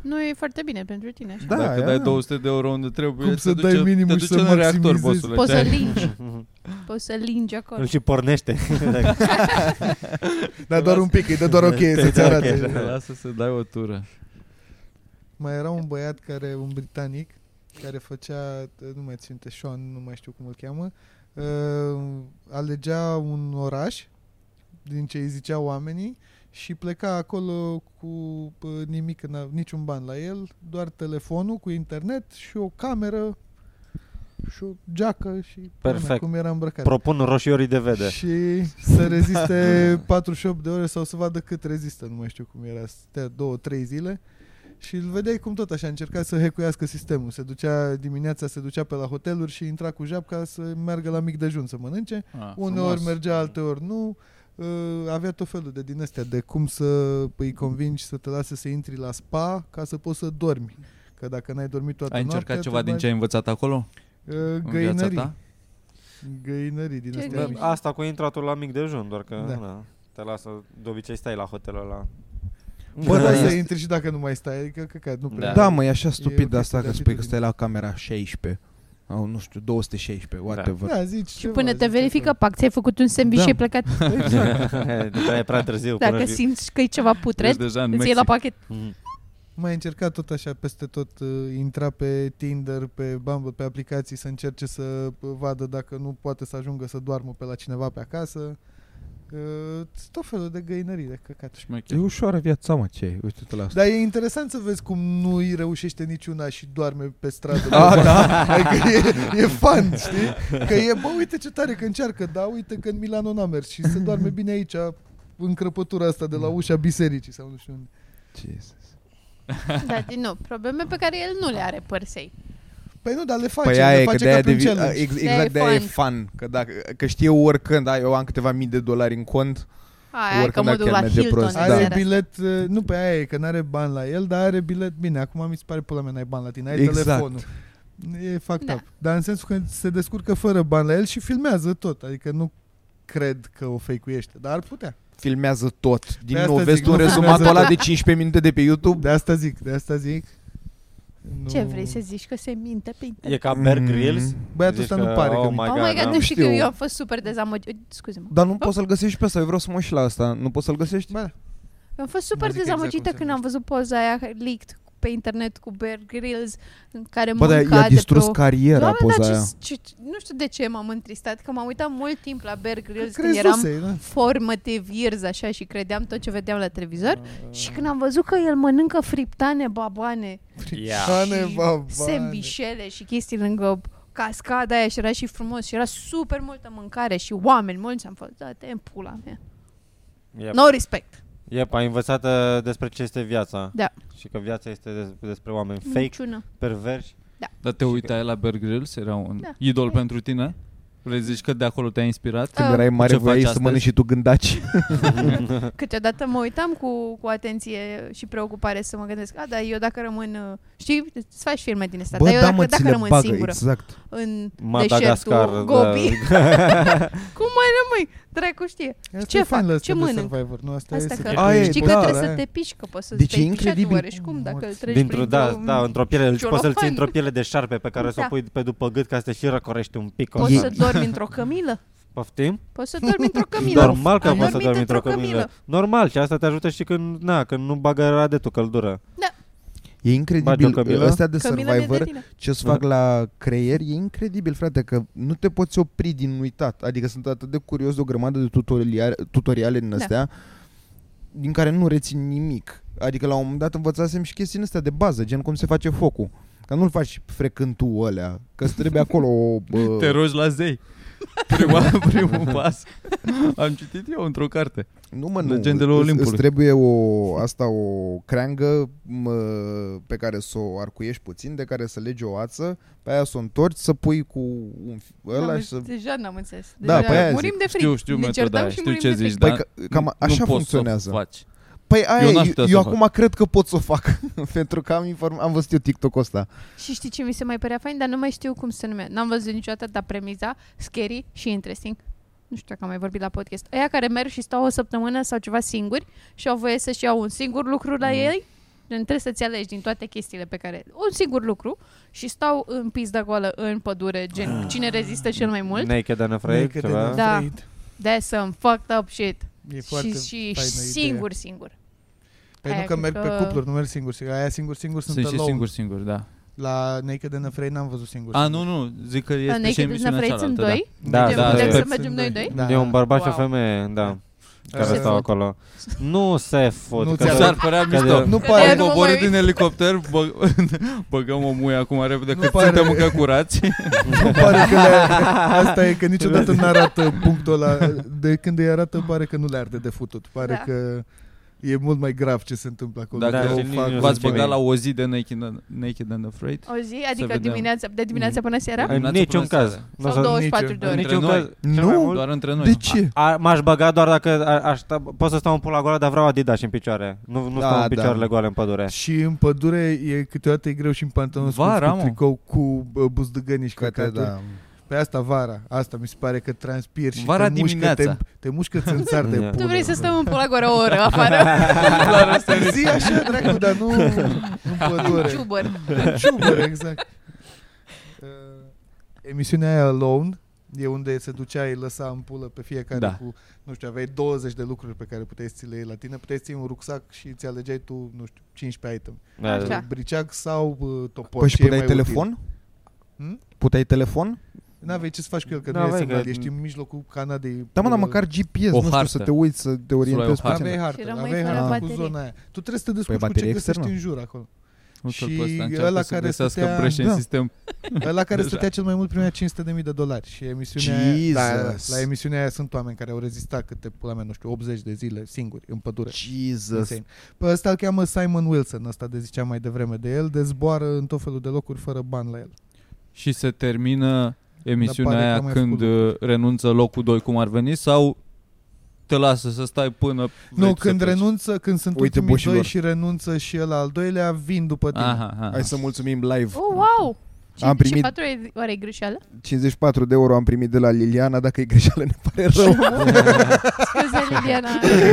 nu e foarte bine pentru tine. Așa. Da, Dacă e, dai da. 200 de euro unde trebuie, Cum te să duce, dai minimul te și duce să în reactor, maximizezi? bosule. Poți ce? să lingi. Poți să lingi acolo. Îl și pornește. Dar doar un pic, îi dă doar ok să-ți arate. Te lasă să dai o tură. Mai era un băiat care, un britanic, care făcea, nu mai țin minte, Sean, nu mai știu cum îl cheamă, uh, alegea un oraș din ce îi ziceau oamenii și pleca acolo cu uh, nimic, n- niciun ban la el, doar telefonul cu internet și o cameră și o geacă și Perfect. cum era îmbrăcat. Propun roșiorii de vede. Și să reziste 48 de ore sau să vadă cât rezistă, nu mai știu cum era, stea 2-3 zile. Și îl vedeai cum tot așa încerca să hecuiască sistemul. Se ducea dimineața, se ducea pe la hoteluri și intra cu japca să meargă la mic dejun să mănânce. A, Uneori mergea, alteori nu. Uh, Avea tot felul de din astea, de cum să îi convingi să te lase să intri la spa ca să poți să dormi. Că dacă n-ai dormit toată Ai noaptea, încercat te ceva din bagi- ce ai învățat acolo? Uh, În viața Găinării. ta? Găinării din Ce astea. Bă, găini? asta cu intratul la mic dejun, doar că Da. da. na, te lasă, de obicei stai la hotelul ăla. Da, Bă, da, dar să este- intri și dacă nu mai stai, adică căcat, nu prea. Da. Da, mă, e așa E o stupid de chestie asta de că spui că atitudine. stai la camera 16. Au, nu știu, 216, whatever. Da, zici Și ceva, până te zici verifică pac, ți-ai făcut un sandwich Da. și ai plecat. Deci e prea târziu. până Dacă vii. simți că e ceva putred, Ești deja în îți iei la Mexic. pachet. Mhm. ceva. Mai încercat tot așa peste tot, uh, intra pe Tinder, pe Bumble, pe aplicații să încerce să uh, vadă dacă nu poate să ajungă să doarmă pe la cineva pe acasă. Uh, Tot felul de găinării de căcat. E Șmecher. ușoară viața, mă, ce ai? Uite-te la asta. Dar e interesant să vezi cum nu îi reușește niciuna și doarme pe stradă. A, da? Adică e, e fan, știi? Că e, bă, uite ce tare că încearcă, da, uite că în Milano n-a mers și se doarme bine aici, în crăpătura asta de la ușa bisericii sau nu știu unde. Jesus. Da, din nou, probleme pe care el nu le are părsei. Păi nu, dar le face, Păi le aia e, că face de-aia ca prin devii, challenge. ex- De-aia Da, e exact de-aia e fun. fun. Că, dacă, că știe oricând, ai, eu am câteva mii de dolari în cont, Aia, hai că Oricând mă ar duc chiar la merge Hilton. prost, Da. Are da. bilet, uh, nu pe aia e, că n-are bani la el, dar are bilet, bine, acum mi se pare pula mea, n-ai bani la tine, ai Exact. telefonul. E fucked Da. up. Dar în sensul că se descurcă fără bani la el și filmează tot, adică nu cred că o fake-uiește, dar ar putea. filmează tot. Din Pe Păi asta nou, zic, vezi tu nu un rezumat filmează ăla tot. Da. de 15 minute de pe YouTube? De asta zic, de asta zic. Nu. Ce vrei să zici? Că se minte pe internet? E ca Bear Mm. Grylls. Băiatul Zici ăsta nu pare că oh mi- my Oh my god, da. nu știu, că știu. Da. eu am fost super dezamăgită. Scuze-mă. Dar nu poți să-l găsești pe ăsta, eu vreau să mă uit și la asta. Nu poți să-l găsești? Bă, da. Eu am fost Nu super zic exact dezamăgită cum se când am văzut poza aia leaked pe internet cu Bear Grylls în care Bă, dar mânca i-a distrus de pe o... cariera Doamne, poza dar aia. ce, ce, nu știu de ce m-am întristat, că m-am uitat mult timp la Bear Grylls când eram crezusei, da. formative years așa și credeam tot ce vedeam la televizor Ah. și când am văzut că el mănâncă friptane babane Yeah. Cane, și babane. sembișele și chestii lângă cascada aia și era și frumos și era super multă mâncare și oameni mulți am fost, da, te în pula mea. Yep. No respect. Yep, a învățat uh, despre ce este viața. Da. Și că viața este des- despre oameni fake, Niciuna. perversi. Dar te uitai la Bear Grylls? Era un Da. idol pentru tine? Vrei să zici că de acolo te-ai inspirat? Ah. Când erai mare, Ce faci voiai să astăzi? mănânci și tu gândaci. Câteodată mă uitam cu, cu atenție și preocupare să mă gândesc, a, da, eu dacă rămân, uh, știi, îți faci filme din asta, Bă, dar eu da, dacă, mă, ți dacă le rămân bagă, singură exact. în Madagascar. da. deșertul Gobi, cum mai rămâi? Dracu știe. Asta Ce e fac? fain la Ce asta de mănânc? Survivor, nu? Asta, Asta e că, secretul. Aia e, știi că da, trebuie aia să e. te pici, că poți să Deci te e incredibil pici cum, dacă îl treci Dintr-o, da, printr-un- da, într-o piele, îl- poți să-l ții ciolofan. într-o piele de șarpe pe care să o Da. pui pe după gât ca să te și răcorești un pic. Poți E- să dormi într-o cămilă? Poftim? Poți să dormi într-o cămilă? Normal că Am poți să dormit dormi într-o cămilă. Normal, și asta te ajută și când, na, când nu bagă radetul căldură. E Bagi o incredibil. cămilă? Ăstea de Cămilă de Survivor, tine. ce-ți fac la creier, e incredibil, frate, că nu te poți opri din uitat. Adică sunt atât de curios de o grămadă de tutoriale, tutoriale din astea, din care nu rețin nimic. Adică la un moment dat învățasem și chestii astea de bază, gen cum se face focul. Că nu-l faci frecând tu ălea, că îți trebuie acolo... o, Bă, Te rogi la zei. Prima, primul pas. Am citit eu într-o carte. Nu mă, nu. Legendele Îți- Olimpului. Îți trebuie o, asta, o creangă mă, pe care să o arcuiești puțin, de care să legi o ață, pe aia să o întorci, să pui cu un fi- ăla N-am- și să... Deja n-am înțeles. Da, Deja pe aia murim zic. de fric. Știu, știu ne metoda certăm aia, și știu murim ce de fric. zici, Păi dar că- cam nu așa poți funcționează. Să o faci. Păi aia, Eu n-aș eu, putea să eu o fac. acum cred că pot să o fac, pentru că am, inform- am văzut eu TikTok-ul ăsta. Și știi ce mi se mai părea fain, dar nu mai știu cum se numea. N-am văzut niciodată, dar premiza, scary și interesting. Nu știu dacă am mai vorbit la podcast. Aia care merg și stau o săptămână sau ceva singuri și au voie să-și iau un singur lucru Mhm. la ei, gen, trebuie să-ți alegi din toate chestiile pe care... Un singur lucru și stau în pizda goală, în pădure, Ah. gen, cine rezistă cel mai mult. Naked and afraid, Naked ceva. and Da. Afraid. That's some fucked up shit. E foarte Și, și faină idee. singur, singur. Păi nu Aia că cred merg pe că- cupluri, nu merg singur. singur. Aia singur, singur sunt, Sunt și alone. singur, singur, da. La Naked and Afraid n-am văzut singur. A, singur. nu, nu, zic că La este și Naked and emisiunea Afraid sunt cealaltă. Da. doi? Da, Putem- da, putem da. să mergem noi doi? Da. E un bărbat și o Wow. femeie, da, care Se stau fot. acolo. Nu se fot. Nu că ți-a se- dat S-ar părea că mișto. de- Nu Că pare. de-aia Am nu mă coborât mai din elicopter, bă, băgăm o muie acum repede, Nu că pare. suntem încă curați. Nu pare că le, asta e că niciodată nu arată punctul ăla. De când îi arată, pare că nu le arde de futut. Pare Da. că e mult mai grav ce se întâmplă acolo. Dacă Că și o nici fac- nu V-ați Sunt băgat la femei. o zi de Naked and, naked and Afraid? O zi, adică vedem. dimineața, de Mhm. dimineața până seara? Da. În niciun caz. Nu Sau o să- 24 de În ore? În niciun Între caz. noi. Cel mai Nu? mult- Doar între noi. De Deci, ce? A, m-aș băga doar dacă a, aș, sta- pot să stau în pula goală, dar vreau Adidas în picioare. Nu, nu Da, stau în da. picioarele goale în pădure. Și în pădure e câteodată e greu și în pantaloni Vara, scurs, mă. cu tricou cu bă, buzdăgăni și Către, căcaturi. da. Pe asta vara, asta mi se pare că transpiri și Vara te mușcă, te, dimineața. te mușcă țânțar de Tu Tu pulă. vrei să stăm în pula gore o oră afară Zi așa, dracu, dar nu în în pădure. ciubăr. În ciubăr, exact. Uh, Emisiunea aia Alone e unde se ducea, îi lăsa în pulă pe fiecare Da. cu, nu știu, aveai 20 de lucruri pe care puteai să ți le iei la tine, puteai să ții un rucsac și ți alegeai tu, nu știu, 15 item. Da, da, da. Așa. Briceag sau uh, topor. Păi și ce e puteai mai util. telefon? Hmm? Puteai telefon? N-aveai ce să faci cu el, că Da, nu e vai, semnal, că- ești în mijlocul Canadei. Da, mă, dar Uh, măcar GPS, O nu știu, să hartă. te uiți, să te orientezi hartă. puțin. Aveai hartă, Și rămâi aveai fără hartă cu baterie. zona aia. Tu trebuie să te descurci cu ce Păi baterie găsești externă. în jur acolo. Uite-l Și pe ăsta, încearcă ăla să care găsească stătea- breșe în Da. sistem. Ăla care Deja. stătea cel mai mult primea 500.000 de dolari și emisiunea aia, la, Jesus. la emisiunea aia sunt oameni care au rezistat câte pula mea, nu știu, 80 de zile singuri în pădure. Jesus. Insane. Pe ăsta îl cheamă Simon Wilson, ăsta de ziceam mai devreme de el, de zboară în tot felul de locuri fără bani la el. și se termină emisiunea Dar pare că aia am mai când făcut uh, renunță locul 2 cum ar veni sau te lasă să stai până vrei Nu, tu să când pleci? renunță, când sunt Uite, Uite, ultimii bușilor. doi și renunță și el al doilea, vin după tine. Aha, aha. Hai să mulțumim live. Oh, wow! Am primit- 54 e oare e greșeală? 54 de euro am primit de la Liliana, dacă e greșeală ne pare rău. Scuze, Liliana.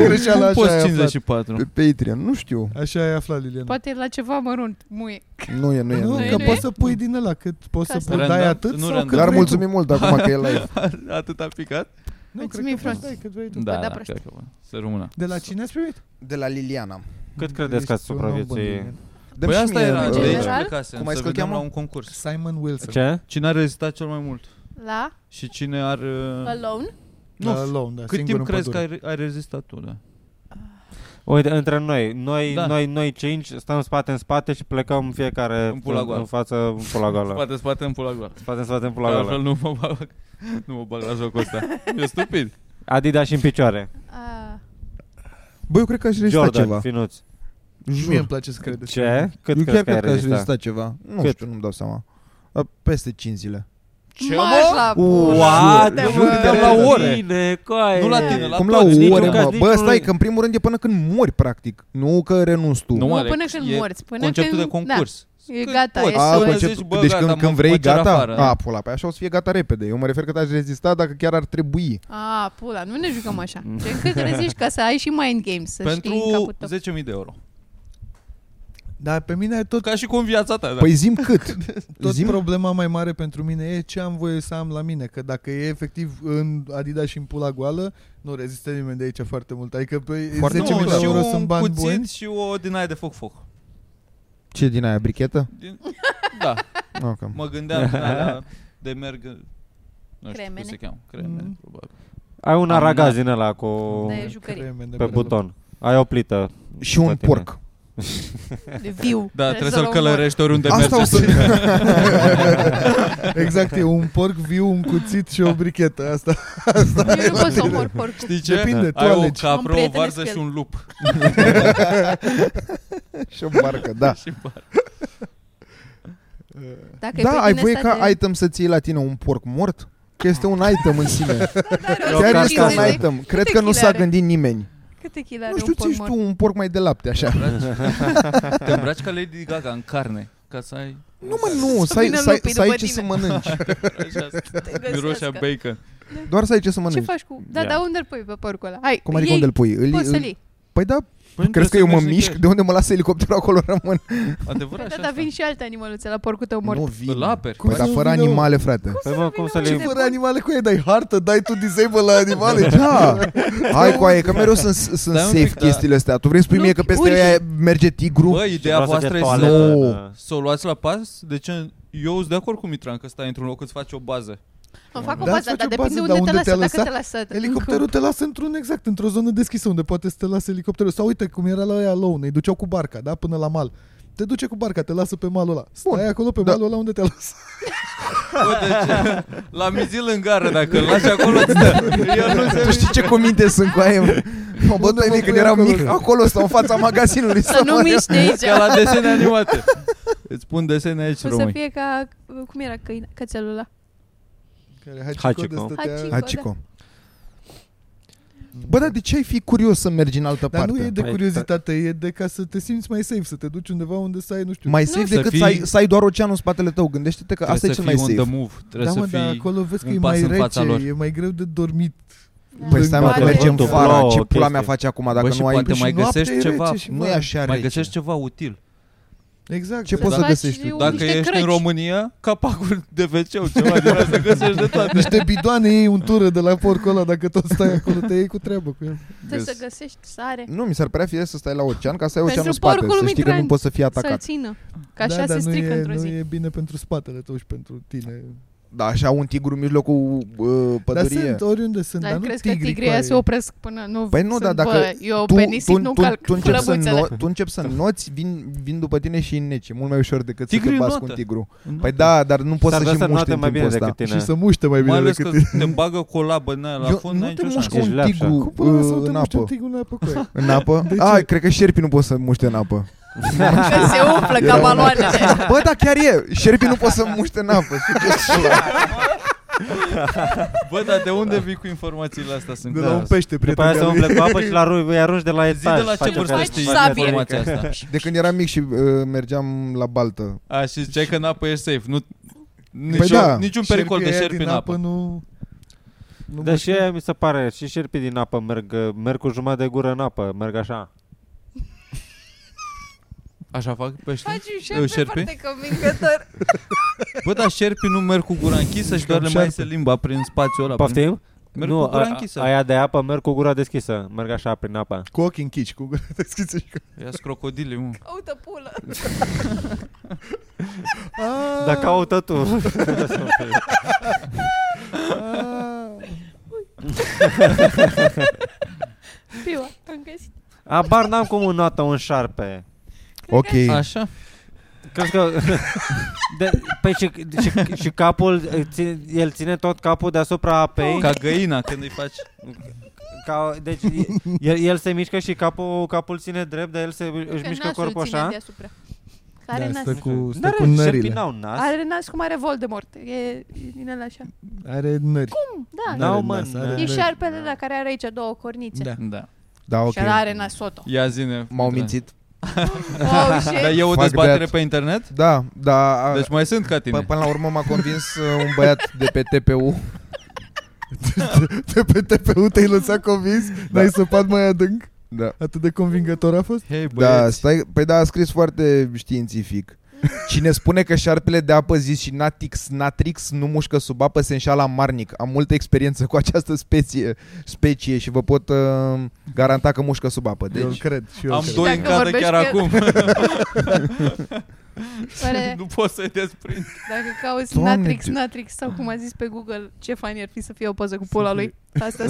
greșeală Cum așa poți ai aflat 54? pe Patreon, nu știu. Așa ai aflat, Liliana. Poate e la ceva mărunt, muie. Nu e, nu e. nu, nu e, că nu e? poți să pui din ăla, cât poți Ca să să- pui, dai Random? atât Nu sau random. cât Dar vrei mulțumim mult acum că e live. Atât a picat? tu. Nu, cred Mulțumim că poți frumos. să dai cât vrei tu. Da, da, da, prost. cred că bă. Să rămână. De la cine ați primit? De la Liliana. Cât credeți că ați Ești un om bun, supraviețuit? Liliana. Dăm păi și asta mie, era uh, de aici General? plecasem, Cum ai să scos vedem cheamă? la un concurs. Simon Wilson. Ce? Cine a rezistat cel mai mult? La Și cine ar... uh, Alone? Nu, Nu, alone, da, cât singur timp în crezi că pădure. ai, ai rezistat tu, da? Uite, între noi, noi, Da. da. noi, noi cinci, stăm spate în spate și plecăm fiecare În pula goală. în față în pula goală. Spate, spate în pula goală. spate în spate în pula Că goală. altfel nu mă bag, nu mă bag la jocul ăsta. E stupid. Adidas și în picioare. Ah, Bă, eu cred că aș rezista Jordan, ceva. finuț. Mie îmi Jur. place să credeți. Ce? Cât Eu chiar crezi că ai cred că aș rezistat? rezista ceva. Nu Cât? știu, nu-mi dau seama. A, Peste 5 zile. marș la What? Jur, jur Că că la la ore. ore. Tine, coaie. Nu la tine, la Cum la toți. niciun ore, caz. mă? niciun Bă, unul. stai că în primul rând e până când mori, practic. Nu că renunți tu. Nu, Nu, mă, până Alex, când e morți, până Conceptul când- de concurs. Da, e Cât gata, poți? e A, sol. Până concept- concept, zici, bă, deci gata, când, mă când vrei, facer gata, afară. a, pula, păi așa o să fie gata repede. Eu mă refer că te-aș rezista dacă chiar ar trebui. Ah, pula, nu ne jucăm așa. Ce cât reziști ca să ai și mind games, să Pentru știi în capul tău. 10.000 de euro. Dar pe mine tot, Ca și cu în viața ta, da. Păi zim cât? tot zim? problema mai mare pentru mine e ce am voie să am la mine. Că dacă e efectiv în Adidas și în pula goală, nu rezistă nimeni de aici foarte mult. Adică pe Foarte 10.000 mult. de și euro un sunt bani cuțit buni. și o din aia de foc-foc. Ce din aia, brichetă? Din... Da, Okay. mă gândeam din alea de merg... Nu știu cum Cremene. se cheamă. Cremene, Mm. probabil. Ai un Am aragaz dat. din ăla cu... De jucării. Creme de Pe brăză. buton. Ai o plită. Păi, Și un Toate porc. De viu. Da, trebuie să-l să-l omori. călărești oriunde Asta o mergi. să... exact, e un porc viu, un cuțit și o brichetă. Asta. Eu nu pot să omor porcul. Știi ce? Depinde, tu Ai o alegi. Un capră, o prieten varză este și el. un lup. și o barcă, da. Și bar. Dacă e pe Da, ai tine voie să te- ca item să ții la tine un porc mort? Că este un item în sine. Dar Eu ca Chiar este casă. un item. Cred că nu chile s-a are? gândit nimeni. Câte chile are Nu un știu, porc ți tu mort? un porc mai de lapte, așa. Te îmbraci ca Lady Gaga în carne, ca să ai... Nu mă, nu, Să să ai- vină să ai- lupii să ai după ce să tine. mănânci. Așa, Te găsesc, miroșea că- bacon. Doar să ai ce să Ce mănânci. faci cu... Da, Ia. dar unde-l pui pe porcul ăla? Hai, Cum adică iei, unde îl pui? Îl, Poți îl- să-l iei. Păi da, Păi nu crezi că trebuie eu să mă mergi mișc? nicăieri. De unde mă lasă helicopterul acolo rămân? Păi Adevărat da, și dar asta. vin și alte animăluțe la porcul tău mort. Nu Îl vin. aperi. Păi Cum dar să fără vină, mă? animale, frate. Păi mă, cum să Ce le... fără animale cu ei? Dai hartă, dai tu disable la animale. Da, hai cu aia, că mereu sunt, sunt Stai un safe pic, da. chestiile astea. Tu vrei să spui Nu, mie că peste urși. aia merge tigru? Bă, ideea Vreau să fie voastră este toaletă, Nu. da. să o luați la pas? De ce? Eu sunt de acord cu Mitran că stai într-un loc, îți faci o bază. Îmi fac o Da, îți bază, faci dar o depinde bază, unde dar te unde lasă. te-a Dacă te lăsat? lasă... Helicopterul te lasă într-un exact, într-o zonă deschisă unde poate să te lasă helicopterul. Sau uite cum era la aia alone, îi duceau cu barca, da, până la mal. Te duce cu barca, te lasă pe malul ăla. Stai Bun. acolo pe Da. malul ăla unde te lasă. Bă, deci, la mizil în gară, dacă îl lași acolo, îți dă. El nu se Tu știi ce cuminte sunt cu aia? mă? Mă bătai mie pui când eram acolo? mic, acolo stau în fața magazinului. Să nu mă- miști de aici. ca la desene animate. Îți pun desene aici, O să români. fie ca... Cum era câine, cățelul ăla? Care, Hachiko. de stătea- Hachiko. Hachiko. Bă, dar de ce ai fi curios să mergi în altă Dar nu parte? e de Hai, curiozitate, e de ca să te simți mai safe, să te duci undeva unde să ai, nu știu. Mai Nu safe știu. decât Să să, ai, fii- să ai doar oceanul în spatele tău. Gândește-te că asta e Trebuie cel să mai fii on the safe. move. da, Trebuie mă, să dar fii... acolo vezi că un e pas mai în fața rece, lor. e mai greu de dormit. Păi stai mă, că Da. Poate mergem vântul fara. plouă, Ce o pula mea chestie. face acum dacă Bă, și nu ai... poate mai și noaptea găsești e rece ceva. și Nu vara. e așa Mai rece. găsești ceva util. Exact. Ce da. poți să faci găsești eu- tu? Dacă Niște ești crăci. în România, capacul de wc ceva din asta găsești de toate. Niște bidoane iei un tură de la porcul ăla Dacă tot stai acolo, te iei cu treabă cu el Trebuie să găsești sare. Nu, mi s-ar părea fie să stai la ocean, ca să ai Pentru oceanul în spate, porcul să lui știi că nu Mitran. poți să fii Să-l atacat. țină. Că așa da, se dar nu strică e, într-o nu zi. e bine pentru spatele tău și pentru tine Da, așa un tigru în mijlocul uh, Dar pădurie. sunt oriunde sunt, Dar dar, nu crezi că tigri tigrii cu aia aia. se opresc până nu... Păi nu, sunt, dar dacă bă, eu pe nisip nu calc tu, începi să flăbâțele. no- tu începi să noți, vin, vin după tine și înneci. E mult mai ușor decât Tigrii să te bați cu notă. un tigru. Păi da, dar nu poți S-ar să vrea și să muști note în mai bine timpul ăsta. decât tine. Și să muște mai bine Mai ales decât că tine te bagă cu o labă în aia la Eu fund, nu n-ai te nicio mușc șansă. cu un Ești leapșa. tigru Cum până uh, să în te muște un apă. tigru în apă cu aia? În apă? De ce? Ah, cred că șerpii nu pot să muște în apă. Că se umflă ca Era baloanele. Bă, da, chiar e. Șerpii nu pot să muște în apă. Bă, dar de unde vii cu informațiile astea? Sunt De la curios. un pește, După aia se prietenul umple cu apă și la ru- îi arunci de la etaj. Zi de la ce Face vârstă fel- știi Sabie. face fel- informația asta? De când eram mic și uh, mergeam la baltă. A, și ziceai că în apă ești safe. Nu, nicio, Păi da. Niciun pericol de Șerpii aia șerpi în din apă. Nu, nu Deși mă știu. Deci mi se pare, și șerpii din apă merg, merg cu jumătate de gură în apă, merg așa. Așa fac pește? Faci un șerpe, șerpe? foarte convingător. Bă, dar șerpii nu merg cu gura închisă și doar le mai iese limba prin spațiul ăla. prin- Poftim? Merg cu gura a- închisă. aia de apă merg cu gura deschisă, merg așa prin apă. Cu ochii închiși, cu gura deschisă și cu... Ia Păi, crocodile, mă. Caută pulă. Dar caută tu. Fiu, am găsit. Abar n-am cum un notă un șarpe. Ok. Așa? Crezi că... De, păi și, și, și capul, ține, el ține tot capul deasupra apei. Ca găina când îi faci. Ca, deci el, el se mișcă și capul, capul ține drept, dar el se, își Că mișcă nasul corpul ține așa. deasupra. Care da, nas? stă cu, stă Dar cu șerpii nările. n-au nas. Are nas cum are Voldemort. E e din el așa. Are nări. Da. N-au N-are mă, nas, are n-au. E nări. șarpele la care are aici două cornițe. Da. Da. Da, ok. Și ăla are nasoto. Ia zine. M-au mințit. Da. Oh, Dar shit. e o Fac dezbatere beat. pe internet? Da, da. a- Deci mai sunt ca Pă- tine. Până la urmă m-a convins uh, un băiat de pe TPU. Te pe TPU te-ai lăsat convins? Da. N-ai săpat mai adânc? Da. Atât de convingător a fost? Hei, Da, băieți. stai, păi da, a scris foarte științific. Cine spune că șarpele de apă zis și Natix Natrix nu mușcă sub apă se înșală amarnic. Am multă experiență cu această specie, specie și vă pot uh, garanta că mușcă sub apă. Eu îl Deci, cred și eu Am îl cred. doi în Dacă cadă vorbești chiar cu acum. Pare- nu pot să-i desprind. Dacă cauți Doamne, Natrix, Dio- Natrix sau cum a zis pe Google, ce fani ar fi să fie o poză cu pula lui. Asta să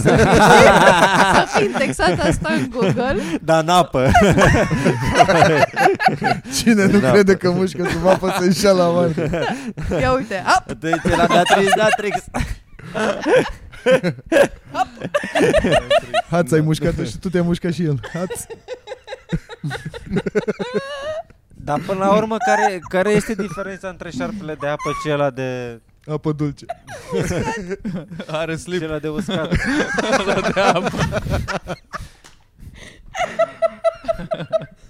să fi indexat asta în Google. Dar în apă. Cine nu Da. crede că mușcă sub apă se înșeală amar. Ia uite, ap, Deci la Natrix, Natrix. Hați, ai mușcat și tu te-ai mușcat și el. Hați. Dar până la urmă, care, care este diferența între șarpele de apă și ăla de, Apă dulce. Are și slip ăla de uscat? ăla de apă.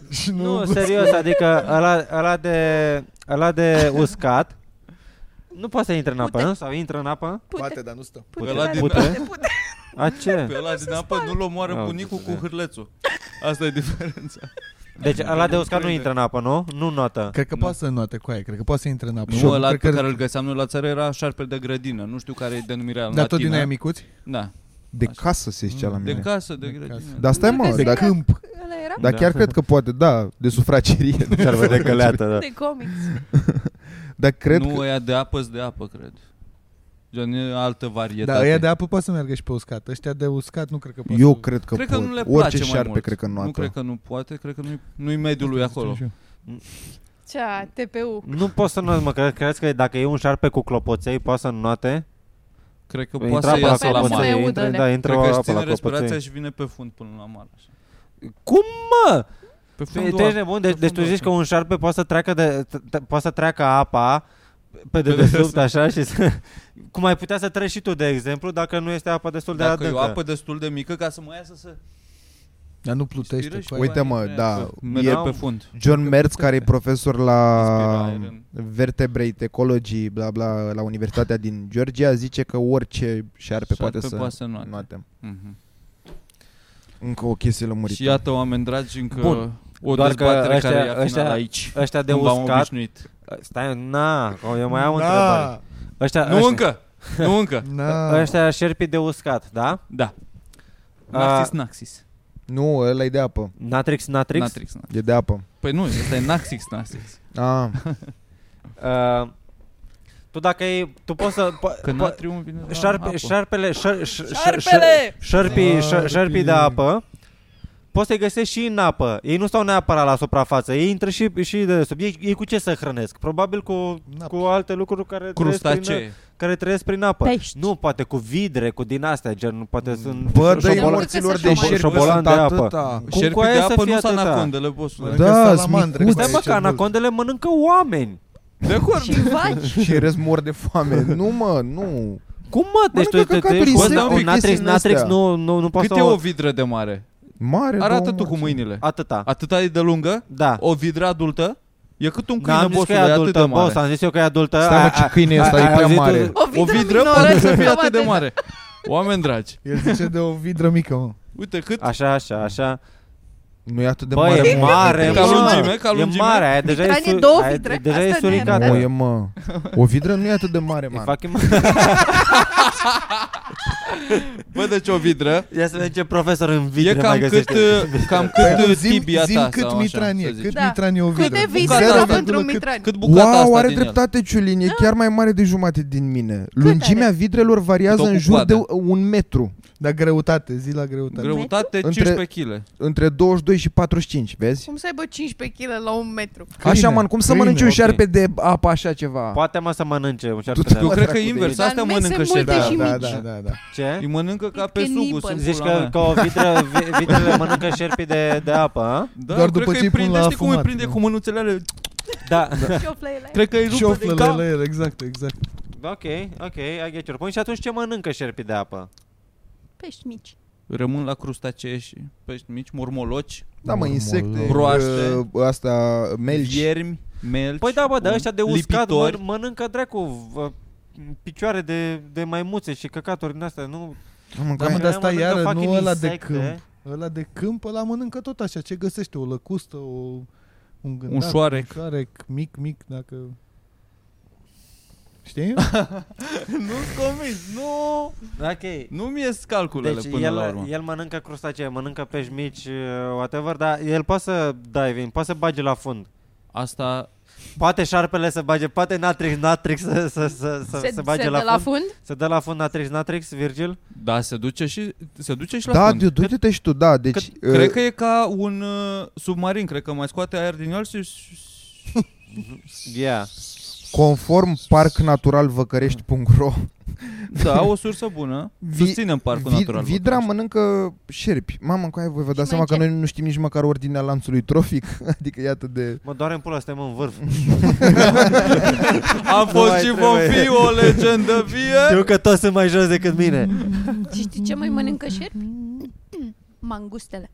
Și nu, Nu, serios, adică ăla, ăla, de, ăla de uscat nu poate să intre în apă, Pute. nu? Sau intră în apă? pute, dar nu stă. pute, Ăla la din- pute, pute. A ce? Pe ăla din apă nu-l omoară Ah, bunicul cu uite-te. hârlețul. Asta e diferența. Deci ăla de uscat nu intră în apă, nu? Nu notă. Cred că Nu. poate să înnoate cu aia, cred că poate să intre în apă. Nu, ăla cred pe că- care îl găseam noi la țară era șarpel de grădină. Nu știu care e denumirea în Dar tot din latină. aia micuți? Da. de casă se zicea la Mm, De mine. casă, de De grădină. casă. Dar stai mă, De dar, Câmp. Ăla era dar chiar Da. cred că poate, da, de sufragerie. Șarpe de căleată, da. de comics. Dar cred nu, că... ăia de apă de apă, cred. Gen, e altă varietate. Dar Da, ăia de apă poate să meargă și pe uscat. Ăștia de uscat nu cred că poate Eu să- cred că, Cred că pot. nu le place Orice mai șarpe mult. cred că nu, nu cred că nu poate, cred că nu-i, nu-i mediul lui acolo. Știu și Cea, TPU. Nu poți să noți, mă, cre- crezi că dacă e un șarpe cu clopoței, poate să noate? Cred că Păi Intră poate să apă la iasă la Poate să mare. mai clopoței, audă, intră, da. da, intră Cred că apă își la ține respirația clopoței. și vine pe fund până la mare. Așa. Cum, mă? Pe Pe- fundul Tu ești nebun? Deci, Pe deci tu fundul zici că un șarpe poate să treacă, de, t- t- poate să treacă apa pe dedesubt, așa, și să, cum ai putea să treci și tu, de exemplu, dacă nu este apa destul de Dacă e o adâncă. apă destul de mică ca să mă iasă să Dar nu Inspiră plutește. păi- și cu aia. Uite, Uite mă, Băi, da, e merg pe fund. John Mertz, care e profesor la Inspira aer în- Vertebrate Ecology, bla bla, la Universitatea din Georgia, zice că orice șarpe, Șarpe poate să poate să noate. noate. Mhm. Încă o chestie lămurită. Și iată, oameni dragi, încă Bun. o Doar că dezbatere ăștia- care e ăștia- finală aici. Ăștia de Cum v-am uscat, Ă, obișnuit. stai, na, că eu mai am o Na, întrebare. Ăștia, Nu Da, ăștia, încă! Nu încă! Da, Na. Ăștia șerpii de uscat, da? Da. A- Naxis, Naxis. Nu, ăla e de apă. Natrix, Natrix. Natrix, Natrix. E de apă. Păi nu, ăsta e Naxix, Naxix. Ah, Uh, tu dacă e, tu poți să... Po- Că po- natrium vine la Șarpe, apă. șarpele, șar, șar, șar- Șarpele! șar- șarpii, șar, șarpii de apă poți să-i găsești și în apă. Ei nu stau neapărat la suprafață. Ei intră și, și de sub. Ei, ei cu ce se hrănesc? Probabil cu, cu alte lucruri care trăiesc prin, Crustacee. care trăiesc prin apă. Pești. Nu, poate cu vidre, cu din astea, gen, poate sunt Bă, dă-i dă-i șobolan- morților de șobolan- șerpi șobolan sunt de apă. atâta. Cum Șerpii cu aia de să apă fie nu sunt atâta? anacondele, bosule. Da, Mănâncă salamandre, smicuț. bă, Stai mă aici că în vârf. anacondele mănâncă oameni. De acord. Și vaci. Și răs mor de foame. Nu mă, nu. Cum mă? Deci tu Mănâncă te, te, căcaturi bă, insecte, da, un chestii Natrix, din Natrix astea. nu, nu, nu poate Cât e să o vidră de mare? Mare Arată două tu cu morți. mâinile. Atâta. Atâta e de lungă? Da. O vidră adultă? E cât un câine, N-am zis că bosule, e e atât de adultă, mare. boss, am zis eu că e adultă. Stai, mă, A- ce a- câine e a- ăsta, e ai prea auzit? mare. O vidră minoră poate să fie minoră. atât de mare. Oameni dragi, El zice de o vidră mică, mă. uite cât Așa, așa, așa. Nu e atât de Bă, mare. e mare, Ca mă. lungime, ca E lungime. mare, aia deja e, Mitranie, su- două aia vidre, deja e asta ne suricată. Nu e, mă. O vidră nu e atât de mare, E mă. fucking Bă, deci o vidră Ia să vedem ce profesor în E vidre mai cam cât, găsește. uh, cam Păi, cât uh, zim- tibia zim ta cât sau așa, mitranie, să cât zici. Da. mitranie o vidră. Cât de vise Bucata era asta, pentru un cât- mitran. Cât bucata Wow, asta are din el? dreptate, Ciulin, e chiar mai mare de jumate din mine. Lungimea vidrelor variază Tot cu în jur de coada. un metru, Dar greutate, zi la greutate. Greutate Între- 15 kg. între 22 și 45, vezi? Cum să aibă 15 kg la un metru? Câine, așa, man, cum să câine, mănânci un ok. șarpe de apă așa ceva? Poate mă să mănânce un șarpe Du-te de Eu mă, apă. cred dracu că de invers, ei. asta Dar mănâncă mănâncă sunt multe șerpii. și da, mici. da, da, da. Îi Ce? mănâncă ca pe Picnic, sugus bă. în Zici pula că, mea. că o vidră, vi- vidrele mănâncă șerpii de, de apă, a? Da, Doar eu cred după ce că îi îi pun prinde, la știi cum îi afumat, prinde da. cu mânuțele alea? Da. Și o flăile. Cred că îi rupe de Șoflele cap. la ele, exact, exact. Ok, ok, I get your point. Și atunci ce mănâncă șerpii de apă? Pești mici. Rămân la crustacee și pești Păi mici, mormoloci, Da, mă, insecte, Broaște. uh, asta, melci. viermi, melci. Păi da, bă, dar un- ăștia de uscat mă, lipitori. mănâncă dracu vă, picioare de, de maimuțe și căcaturi din astea, nu? Da, Da, mă, mă, coaie. Aia dar stai mănâncă iară, nu fucking ăla de insecte. câmp. Ăla de câmp, ăla mănâncă tot așa. Ce găsește? O lăcustă, o... Un, Da. gândac, șoarec. Un șoarec mic, mic, dacă... Știi? Nu-ți convins, nu... Ok. Nu mi ies calculele Deci până el, la urmă. el mănâncă crustacee, mănâncă pești mici, uh, whatever, dar el poate să dive in, poate să bage la fund. Asta... Poate șarpele să bage, poate Natrix, Natrix să, să, să, să, Se, să bage se la, dă fund. la fund? Să dă la fund Natrix, Natrix, Virgil? Da, se duce și, se duce și la Da, fund. du- du-te și tu, da, deci... uh, Cred că e ca un uh, submarin, cred că mai scoate aer din el și... Yeah. Conform parcnaturalvăcărești.ro Da, o sursă bună. Vi- Susținem parcul vi- natural. Vidra mănâncă șerpi. Mamă, cu aia voi vă dați mai seama că ce? noi nu știm nici măcar ordinea lanțului trofic. Adică iată de... Păi Mă doare în pula, suntem în vârf. Am fost mai și vom trebuie. fi o legendă vie. Știu că toți sunt mai jos decât mine. Și știi ce mai mănâncă șerpi? Mangustele.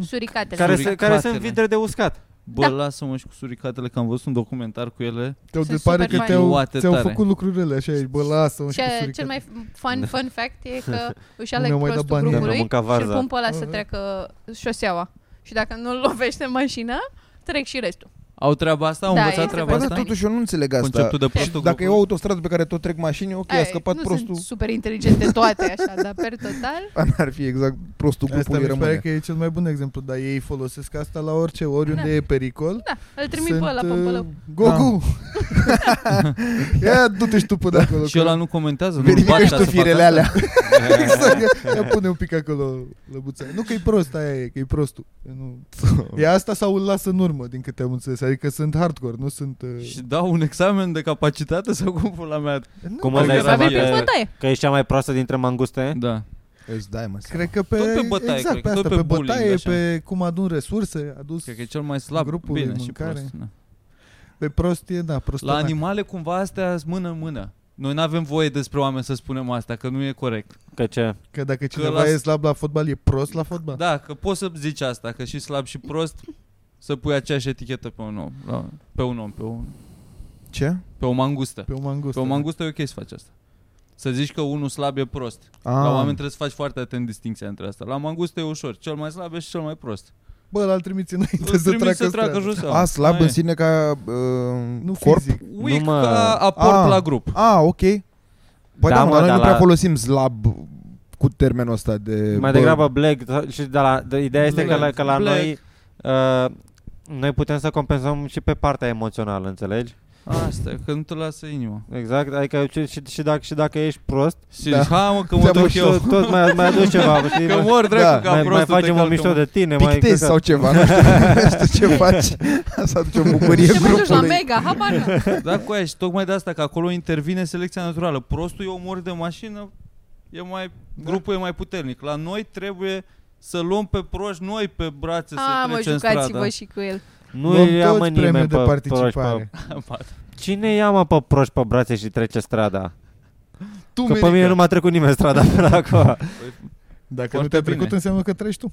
Suricatele. Care, se, Suricatele. care sunt vidre de uscat. Bă, Da. lasă-mă și cu suricatele, că am văzut un documentar cu ele. Te-au Sunt de pare super că faini. te-au, Luate ți-au tare. făcut lucruri rele, așa, ești, bă, lasă-mă și cu Ce, suricate. cel mai fun, fun fact e că își Nu aleg mi-au mai prostul dat bani. Mi-am grupului Da. mâncat și îl varza. pun pe ăla să Ah. treacă șoseaua. Și dacă nu-l lovește mașina, trec și restul. Au treaba asta? Au Da, învățat este treaba Bă, asta? foarte Păi, dar totuși eu nu înțeleg asta. Conceptul de prostul Dacă e o grupului? autostradă pe care tot trec mașini, ok, a Aia e, scăpat nu prostul. sunt super inteligente toate așa, dar per total... Ar fi exact prostul Asta grupului mi se pare rămâne. că e cel mai bun exemplu, dar ei folosesc asta la orice, oriunde Da. e pericol. Da, îl trimit pe ăla pe uh, pălău. Gogu! Ia du-te și tu pe acolo. Da, Și ăla nu comentează, nu Verifică și tu firele alea. Exact, ia- ia pune un pic acolo lăbuța. Nu că e prost, aia e, că e prostul. Că Nu. Da. E asta sau îl lasă în urmă, din câte am înțeles. Adică sunt hardcore, nu sunt... uh, Și dau un examen de capacitate sau cum pula mea? nu, Cum cred îl că- dai Să avem Era prin bine. bătaie. Că ești cea mai proastă dintre manguste? Da. Îți dai, mă. Cred că pe, Tot pe bătaie, exact, cred pe că tot asta, pe, pe bullying, bătaie, așa. pe cum adun resurse, adus Cred că e cel mai slab. Grupul Bine, de și mâncare. prost. Da. pe prostie, da, prostul. La animale cumva astea sunt mână în mână. Noi nu avem voie despre oameni să spunem asta, că nu e corect. Că ce? Că dacă cineva la- e slab la fotbal, e prost la fotbal. Da, că poți să zici asta, că și slab și prost, să pui aceeași etichetă pe un om, la, pe un om, pe, un, Ce? pe o mangustă. Pe o mangustă. da. Pe o mangustă e ok să faci asta. Să zici că unul slab e prost. Ah. La oameni trebuie să faci foarte atent distinția între asta. La mangustă e ușor, cel mai slab e și cel mai prost. Bă, l-al trimiți înainte Îl să trimiți treacă, să treacă strada. jos. A, slab Aia în e. sine ca Nu uh, corp? fizic. Weak Nu, mă. ca aport Ah. la grup. A, ok. Păi da, mă, Da, mă, dar noi dar nu prea la- folosim slab cu termenul ăsta de... Mai bă, degrabă black da, și de la, de, ideea este că la, că la Black. noi uh, noi putem să compensăm și pe partea emoțională, înțelegi? Asta, e, că nu te lasă inima. Exact, adică și, și, și, dacă, și dacă ești prost, Și Da. da. ha mă că mă Te-am duc ușor. eu. tot, tot mai, mai aduci ceva, știi? Că mai, mor Da, dracu ca mai, prostul mai te facem un calcă, mișto mă. de tine, mai Pictezi căcat. sau ceva, nu știu, nu știu ce faci. Asta aduce o bucurie Te mai duci la grupului. mega, habar n-am. Da, cu aia și tocmai de asta, că acolo intervine selecția naturală. Prostul e omor de mașină, e mai, Da. grupul e mai puternic. La noi trebuie să luăm pe proști noi pe brațe A, să mă, trecem strada. jucați-vă și cu el. Nu Luăm ia toți mă premiul nimeni de pe proști pe... participare. Ba, Cine ia mă pe proști pe brațe și trece strada? Tu, Că pe mine nu m-a trecut nimeni strada până acum. Dacă nu Foarte te-a trecut, bine. înseamnă că treci tu.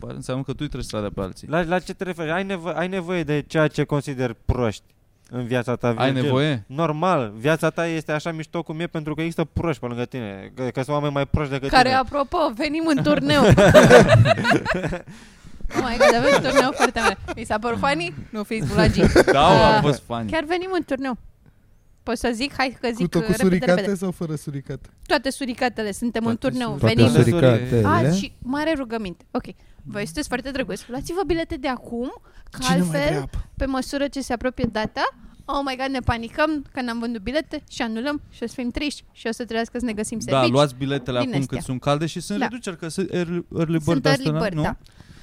ba, înseamnă că tu îi treci strada pe alții. La, la ce te referi? Ai, nevo- ai nevoie de ceea ce consider proști în viața ta. Ai Virgil. nevoie? Normal, viața ta este așa mișto cum e pentru că există proști pe lângă tine, că, că sunt oameni mai proști decât Care, tine. apropo, venim în turneu. oh my God, avem un turneu foarte mare. Mi s-a părut funny? Nu fiți bulagii. Da, Ah. a fost fani. Chiar venim în turneu. Poți să zic? Hai că Cu zic tot cu uh, repede, repede. suricate sau fără suricate? Toate suricatele, suntem în Toate turneu, suricatele. venim. Toate A, și mare rugăminte. Ok. Voi sunteți foarte drăguți. Luați-vă bilete de acum, că altfel, pe măsură ce se apropie data, oh my god, ne panicăm că n-am vândut bilete și anulăm și o să fim triști și o să trebuiască să ne găsim Da, servici. luați biletele Deci, Din acum astea. cât sunt calde și sunt Da. reduceri, că sunt early early bird Sunt de early asta, bird, nu? da.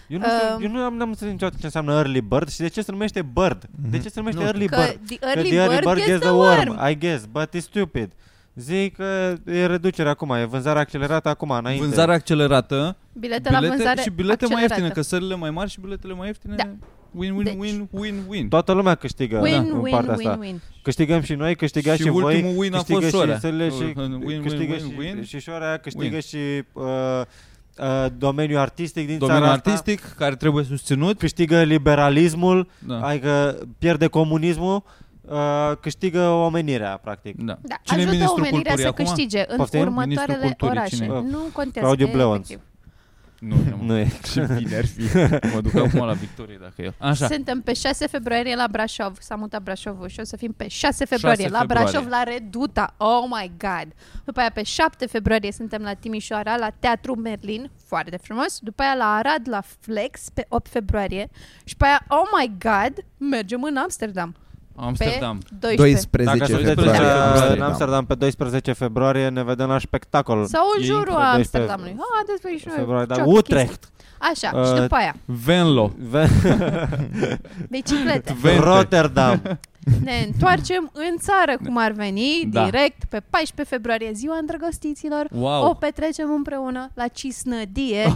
Eu nu, știu, Um, eu nu am, n-am înțeles niciodată ce înseamnă early bird și de ce se numește bird. De ce se numește Nu. early bird? Că the early, că the bird, gets the worm. worm. I guess, but it's stupid. Zic că e reducere acum, e vânzare accelerată acum, înainte. Vânzare accelerată, Bilete, la bilete vânzare și bilete mai accelerată. ieftine, că sările mai mari și biletele mai ieftine. Da. Win, win, Deci. win, win, win. Toată lumea câștigă Win, da, în win, partea win, asta. win. Câștigăm și noi, câștigați Și și, voi, ultimul win a câștigă fost și Șorea. țările și Win, win, câștigă win, și, win. și Șorea, câștigă Win. și uh, uh, domeniul artistic din Domeniul țara asta. artistic care trebuie susținut. Câștigă liberalismul, Da. adică pierde comunismul, uh, câștigă omenirea, practic. Da. Da, Cine e ajută ministrul omenirea culturii să acum? câștige în Poftim? Ministrul următoarele culturii, orașe. cine? Nu contează. Claudiu e Bleuanț. efectiv. Nu, nu, Nu e. Ce bine ar fi. Mă duc acum la victorie dacă eu. Așa. Suntem pe 6 februarie la Brașov. S-a mutat Brașovul și o să fim pe 6 februarie 6 la Brașov, la februarie. Reduta. Oh my God! După aia pe 7 februarie suntem la Timișoara, la Teatru Merlin. Foarte frumos. După aia la Arad, la Flex, pe 8 februarie. Și pe aia, oh my God, mergem în Amsterdam. Amsterdam. Pe 12. 12 Dacă sunteți februarie. Da. uh, în Amsterdam. Amsterdam pe 12 februarie, ne vedem la spectacol. Sau în E jurul incredibil. Amsterdamului. Ah, despre și noi. Februarie, da, cioc, Utrecht. chestii. Așa, și Uh, după aia, Venlo. biciclete. Vente. Rotterdam. Ne întoarcem în țară, cum ar veni, Da. direct pe 14 februarie, ziua îndrăgostiților. Wow. O petrecem împreună la Cisnădie,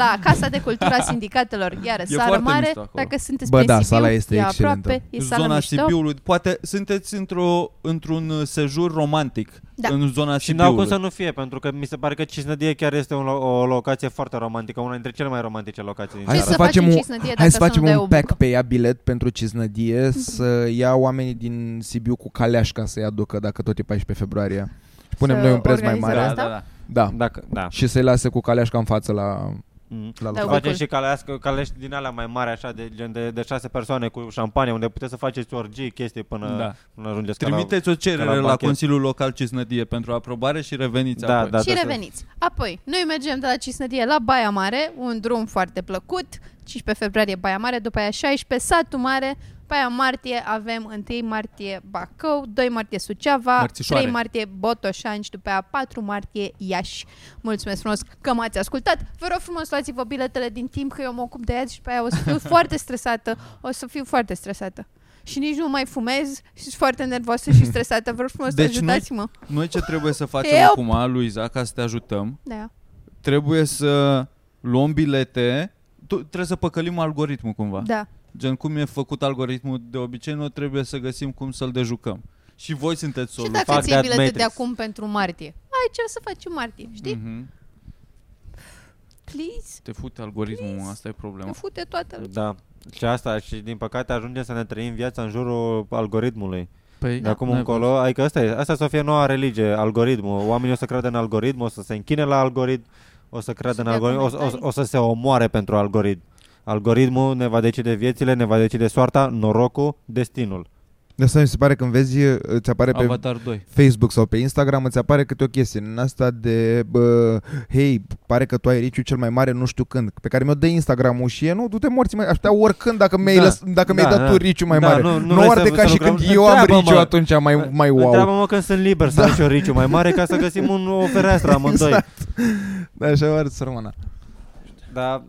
la Casa de Cultura Sindicatelor. Iar sală foarte mare, mișto acolo. dacă sunteți Bă, pe da, Sibiu, sala este e excelentă. aproape, e sală zona mișto. Sibiului. Poate sunteți într-o, într-un uh, sejur romantic Da. în zona Și n-au cum Sibiului. să nu fie, pentru că mi se pare că Cisnădie chiar este un lo- o locație foarte romantică, una dintre cele mai romantice locații din Hai Ce să țară. să facem facem un- Cisnădie dacă Hai să să nu facem dai un o pack bucă? pe ea bilet pentru Ciznădie să ia oamenii din Sibiu cu caleașca să-i aducă dacă tot e 14 februarie. Și punem Să noi un preț mai organizăm. mare. da, Asta? da, da. Da. Dacă, da. Și să-i lase cu caleașca în față la, Mm. la Da, local. uite. Facem și calească, calești din alea mai mari, așa, de, gen de, de șase persoane cu șampanie, unde puteți să faceți orgii, chestii până, Da. până ajungeți ca la- Trimiteți o ca cerere la la, banchet. Consiliul Local Cisnădie pentru aprobare și reveniți Da, apoi. da. Și reveniți. Apoi, noi mergem de la Cisnădie la Baia Mare, un drum foarte plăcut, 15 februarie Baia Mare, după aia 16 Satul Mare, pe aia martie avem 1 martie Bacău, 2 martie Suceava, Mărțișoare. 3 martie Botoșani și după aia 4 martie Iași. Mulțumesc frumos că m-ați ascultat. Vă rog frumos, luați-vă biletele din timp că eu mă ocup de ea și pe aia o să fiu foarte stresată. O să fiu foarte stresată. Și nici nu mai fumez și sunt foarte nervoasă și stresată. Vă rog frumos, Deci nu- ajutați-mă. Noi ce trebuie să facem Eu- acum, Luiza, ca să te ajutăm, Da. trebuie să luăm bilete, tu, trebuie să păcălim algoritmul cumva. Da. Gen cum e făcut algoritmul de obicei, noi trebuie să găsim cum să-l dejucăm. Și voi sunteți Și soluția. dacă fac îți iei that bilete de matrix. acum pentru martie? Ai ce o să faci în martie, știi? Mm. Mhm. Please, Te fute algoritmul, Please. asta e problema. îmi fute toată lumea. Da. Și asta, și din păcate ajungem să ne trăim viața în jurul algoritmului. Păi, De acum încolo, adică asta, e, asta să fie noua religie, algoritmul. Oamenii o să creadă în algoritm, o să se închine la algoritm, o să creadă să în dea algoritm, o, să- o, să- comentarii. o să se omoare pentru algoritm. Algoritmul ne va decide viețile, ne va decide soarta, norocul, destinul. De asta mi se pare când vezi, uh, îți apare pe Avatar 2. Facebook sau pe Instagram, îți apare câte o chestie în asta de bă, hei, pare că tu ai riciu cel mai mare nu știu când, pe care mi-o dă Instagram-ul și e, nu, du-te morți, mai, aș putea oricând dacă mi-ai, Da. lăs, dacă mi-ai Da, dat da. tu riciu mai Da, mare. nu- nu nu vrei ar să- de să ca și lucrăm- când eu am Întreabă-mă. riciu atunci mai, mai wow. Da. Întreabă-mă când sunt liber, să am și eu riciu mai mare ca să găsim un, o fereastră amândoi. Exact. Da, așa ar sărmana. Dar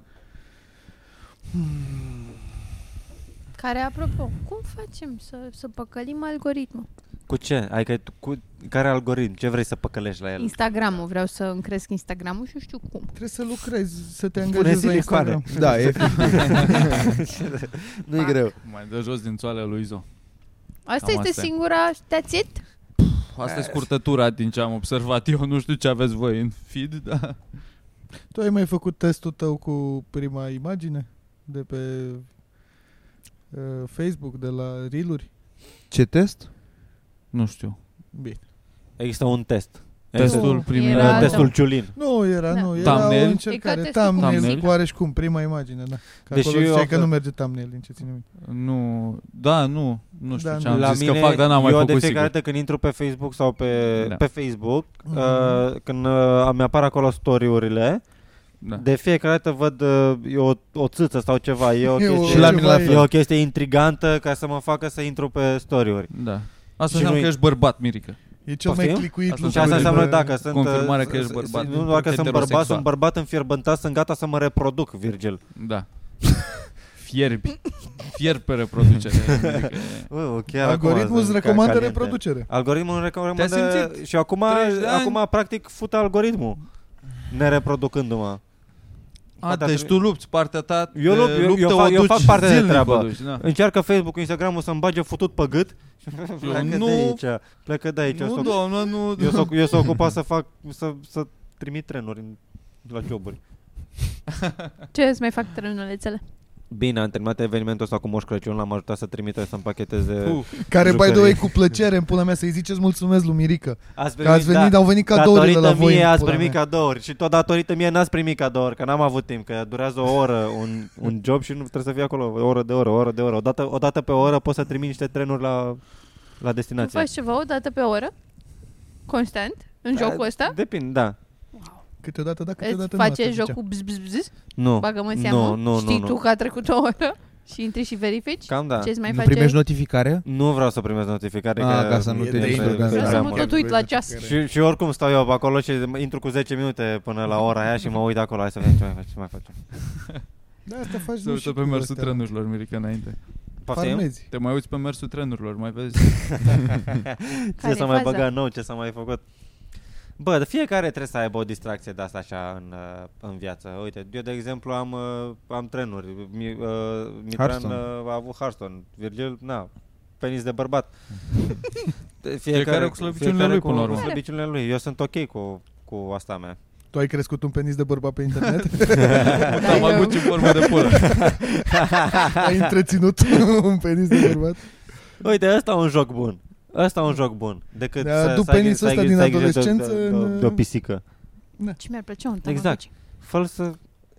Care, apropo, cum facem să, să păcălim algoritmul? cu ce? Adică tu- cu care algoritm? Ce vrei să păcălești la el? Instagramul, vreau să îmi cresc Instagramul și nu știu cum. Trebuie să lucrezi, să te Pune angajezi la silicoane. Instagram. Da, e Nu e greu. Mai dă jos din țoalea lui Izo. Asta Cam este asta e. singura, that's it? Asta Eh. e scurtătura din ce am observat eu. Nu știu ce aveți voi în feed, da? dar... Tu ai mai făcut testul tău cu prima imagine de pe uh, Facebook, de la Reeluri? Ce test? Nu știu. Bine. Există un test. Testul Testul Nu, primei... era- Există, uh, da. testul Ciulin. Nu era, Da. nu, era Thumbnail? o E ca încercare. testul cu Thumbnail, muzica. cu oareși cum, prima imagine, da. Că Deși Deși acolo eu ziceai că află- nu merge thumbnail, din ce ține minte. Nu... Da, nu. Nu știu Da, ce nu. am la zis mine, că fac, dar n-am mai eu făcut de fiecare sigur. dată când intru pe Facebook sau pe, Da. da. pe Facebook, Mhm. uh, când uh, mi apar acolo story-urile, Da. de fiecare dată văd uh, e o, o țâță sau ceva. E o, E o- chestie, Și la mine la ceva e fel. o chestie intrigantă ca să mă facă să intru pe story-uri. Da. Asta Și înseamnă noi- că ești bărbat, Mirica. E cel mai Poftim? clicuit Asta Și asta Lucrurile- înseamnă dacă sunt confirmarea uh, că ești s- s- bărbat, Nu doar că sunt bărbat, heterosexual. sunt bărbat înfierbântat, sunt gata să mă reproduc, Virgil. Da. Fierbi. Fier pe reproducere. Mirica. Uh, chiar acum Algoritmul îți sunt ca- recomandă caliente. reproducere. Algoritmul îmi Te-ai recomandă simțit? și acum 30 de ani? acum practic fut algoritmul ne reproducându-mă. A, Poate ar deci trebui- tu lupți partea ta. Eu de lupt, eu- eu luptă fac- o eu duci fac parte de zilnic, treabă. o duci, da. Încearcă Facebook, Instagram-ul să-mi bage futut pe gât. Pleacă nu- de aici. Pleacă de aici. Eu Nu, s-o- doamnă, nu. Eu s-o- eu sunt ocupat să fac să, să trimit trenuri în- la joburi. Ce să mai fac trenulețele? Bine, am terminat evenimentul ăsta cu Moș Crăciun, l-am ajutat să trimită să-mi pacheteze... Puh. Care, by the jucării. way, cu plăcere, în pula mea, să-i ziceți mulțumesc lui Mirica. Ați Că ați venit, au venit cadourile Păi, da. datorită la voi. mie în ați pula primit mea. cadouri și tot datorită mie n-ați primit cadouri, că n-am avut timp, că durează o oră un, un job și nu trebuie să fie acolo o oră de oră, o oră de oră. O dată, o dată pe oră poți să trimiți niște trenuri la, la Tu destinație. faci ceva o dată pe oră? Constant? În jocul ăsta? Depinde, da. Câteodată, da, câteodată Îți nu. face atât zicea. jocul bzz, bzz, bzz, Nu. bagăm în nu, seamă, nu, știi nu, tu nu. că a trecut o oră și intri și verifici Cam da. ce îți mai nu face. primești notificare? Nu vreau să primesc notificare. Ah, că ca să nu e te de- distrugă, de- da. de- Vreau să prea mă mult. tot uit la ceas. Și, și oricum stau eu pe acolo și mă intru cu 10 minute până la ora aia și mă uit acolo, hai să vedem ce mai facem, ce mai facem. Da, asta faci Să nu uită știu pe cu mersul astea. trenurilor, Mirica, înainte. Poftim? Farmezi. Te mai uiți pe mersul trenurilor, mai vezi. ce Care-i s-a mai faza? băgat nou, ce s-a mai făcut. Bă, de fiecare trebuie să aibă o distracție de asta așa în, uh, în viață. Uite, eu de exemplu am, uh, am trenuri. Mi, uh, Mitran Hearthstone. uh, a avut Hearthstone. Virgil, na, penis de bărbat. De Fiecare cu slăbiciunile lui, cu până la urmă. slăbiciunile lui. Eu sunt ok cu, cu asta mea. Tu ai crescut un penis de bărbat pe internet? Da, mă guci în formă de pulă. ai întreținut un penis de bărbat? Uite, ăsta e un joc bun. Ăsta e un joc bun. Decât Da, să, du să ai- penisul să ai- ăsta din să ai grijă de- adolescență de, de, în- uh, de o pisică. Ce mi-ar plăcea un Exact. Tamagotchi. fă să...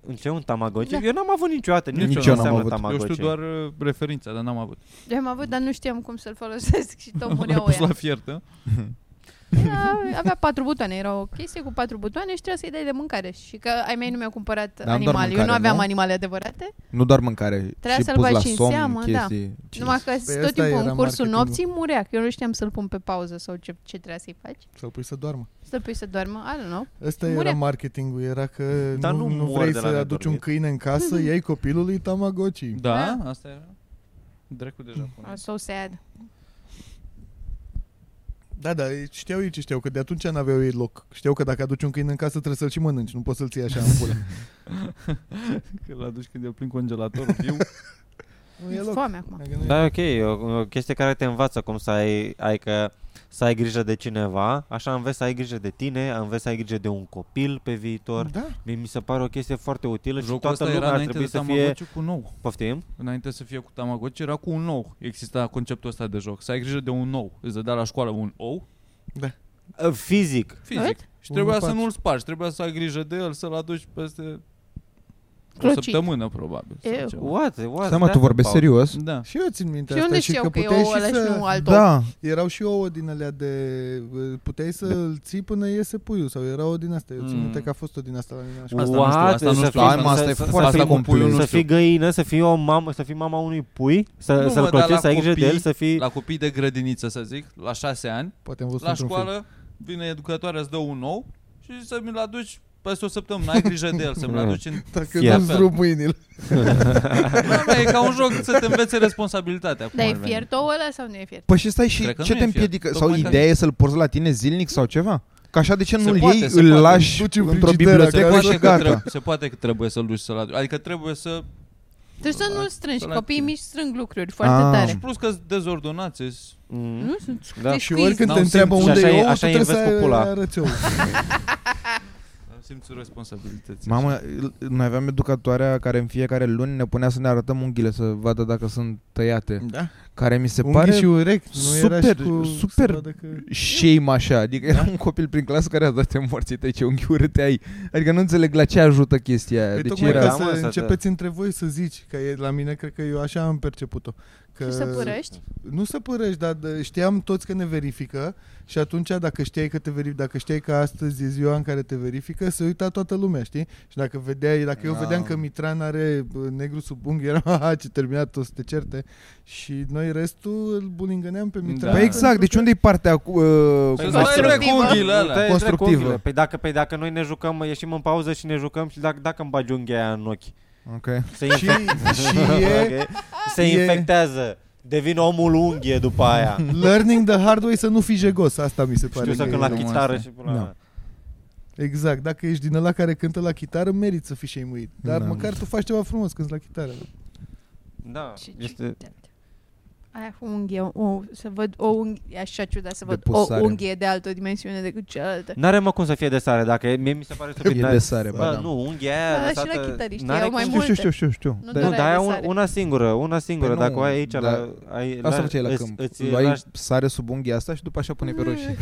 În ce un Tamagotchi? Da. Eu n-am avut niciodată. Nici eu Nici n-am eu n-am avut avut. Eu Tamagotchi. știu doar uh, referința, dar n-am avut. Eu am avut, dar nu știam cum să-l folosesc și tot Am mureau pus la ăia. fiertă. Era, avea patru butoane, era o chestie cu patru butoane și trebuia să-i dai de mâncare. Și că ai mei nu mi-au cumpărat Dar nu doar animale. Eu nu mâncare, aveam nu? animale adevărate. Nu doar mâncare, Trebuia și să-l pus bagi la și în somn, seamă, da. chestii. Ce Numai că Păi tot ăsta timpul era în cursul marketingul. nopții murea, că eu nu știam să-l pun pe pauză sau ce, ce trebuia să-i faci. Să-l pui să doarmă. Să-l pui să doarmă, I don't know. Ăsta Murea. era marketingul, era că Dar nu, nu nu mor vrei de să la Mm. aduci un nedormit. câine în casă, Mhm. iei copilului Tamagotchi. Da, asta era. Drecul de Japonia. I'm so sad. Da, da, știau ei ce știau, că de atunci n-aveau ei loc. Știau că dacă aduci un câine în casă trebuie să-l și mănânci, nu poți să-l ții așa în pulă. Că l aduci când e plin congelatorul viu. nu e Mi-e loc. foame acum. Dacă nu e- Da, e ok. E o, o chestie care te învață cum să ai, ai că să ai grijă de cineva, așa înveți să ai grijă de tine, înveți să ai grijă de un copil pe viitor. Da, Mie mi se pare o chestie foarte utilă și Jocul toată ăsta era lumea ar înainte trebui de să fie... Tamagotchi cu nou. Poftim? Înainte să fie cu Tamagotchi era cu un nou. Exista conceptul ăsta de joc. Să ai grijă de un nou. Îți dădea la școală un ou, Fizic. fizic. Uh, What? Și trebuia Unul să patru. nu-l spargi, trebuia să ai grijă de el, să-l aduci peste... o Clocit. săptămână, probabil. sau Eu. ceva. What? What? Stai mă, tu vorbești serios? Da. Și eu țin minte Și asta unde și știau că că e puteai ouă ăla și și să... nu alt ou? Da, Erau și ouă din alea de... uh, Puteai să-l ții până iese puiul sau era o din asta. Eu țin Mm. minte că a fost o din asta la mine așa. Asta nu știu, asta nu știu, hai, mă, asta e foarte Asta cu puiul, nu complicat. Să știu. fii găină, să fii o mamă, să fii mama unui pui, să, Nu, să-l mă, dar clochezi, la să ai grijă de copii, el, să fii... La copii de grădiniță, să zic, la șase ani, Poate am văzut la într-un film. școală, vine educatoarea, îți dă un nou și să mi-l aduci peste o săptămână, ai grijă de el, să-mi-l aduci în... Dacă Fier. nu-ți rup mâinile. Bă, mă, e ca un joc să te învețe responsabilitatea. cum Dar Da, e ar veni. fiert ouă ăla sau nu e fiert? Păi și stai și Cred că ce nu te e fier. împiedică? Sau Tocmai că- ideea e să-l porți la tine zilnic sau ceva? Că așa de ce Se nu-l poate, iei, se îl poate. lași Duci în într-o frigider Se bibliotecă acasă. și poate, că trebuie, gata. se poate că trebuie să-l duci să-l aduci. Adică trebuie să... Deci să nu-l strângi. Sărac. Copiii mici strâng lucruri foarte Ah. tare. Plus că dezordonați. Mm. Nu sunt Da. da. Și oricând N-au te întreabă simț. unde Și e așa e- ouă, tu așa e trebuie să invers cu pula. ai- arăți ouă. Simțul responsabilității. Mamă, noi aveam educatoarea care în fiecare luni ne punea să ne arătăm unghiile să vadă dacă sunt tăiate. Da? Care mi se Unghii pare și urechi. Nu era și super, cu- super Deci să vadă că- shame așa. Adică Da. era un copil prin clasă care a dat te morții tăi ce unghi urâte ai. Adică nu înțeleg la ce ajută chestia aia. Păi De ce tocmai era... ca Da, mă, să să te- începeți între voi să zici, că e la mine, cred că eu așa am perceput-o. Că să părăști? Nu să părăști, dar dă- știam toți că ne verifică și atunci dacă știai că te verifică, dacă știai că astăzi e ziua în care te verifică, se uita toată lumea, știi? Și dacă vedeai, dacă eu Da. vedeam că Mitran are bă, negru sub unghi, eram, aha, ce terminat, o să te certe. Și noi restul îl bulingăneam pe Mitran. Da. Păi exact, pentru deci unde e partea cu... uh, Păi cu- să Constructivă. ai cu unghiile Nu, tăiați alea. direct cu unghiile. Constructivă. Păi dacă, păi dacă noi ne jucăm, ieșim în pauză și ne jucăm și dacă, dacă îmi bagi unghia aia în ochi, Ok. se, Și, infec- și e Ok? se e- infectează, devin omul unghie după aia. learning the hard way să nu fii jegos, asta mi se pare. Știu că să cânt e- la drumul chitară ăsta. și până la Da. mea. Exact, dacă ești din ăla care cântă la chitară, meriți să fii șeimuit. Dar Da. măcar tu faci ceva frumos când la chitară. Da, Ce este... ciudat. Aia cu unghie, o, să văd o unghie, e așa ciudat să De văd o pusare. unghie de altă dimensiune decât cealaltă. N-are mă cum să fie de sare, dacă e, mie mi se pare stupid. E n-are- de sare, Bă, ba, da. nu, unghia aia Da, lăsată- și la chitariști n-are iau cum- mai Știu, multe. Da. știu, știu, știu, știu. Dar- Nu doar Nu, Ăla dar e aia de un, sare. una singură, una singură, Păi nu, dacă o ai aici, dar- la, ai, Asta făceai la îți- câmp. Îți, Luai lași- sare sub unghia asta și după așa pune pe roșii.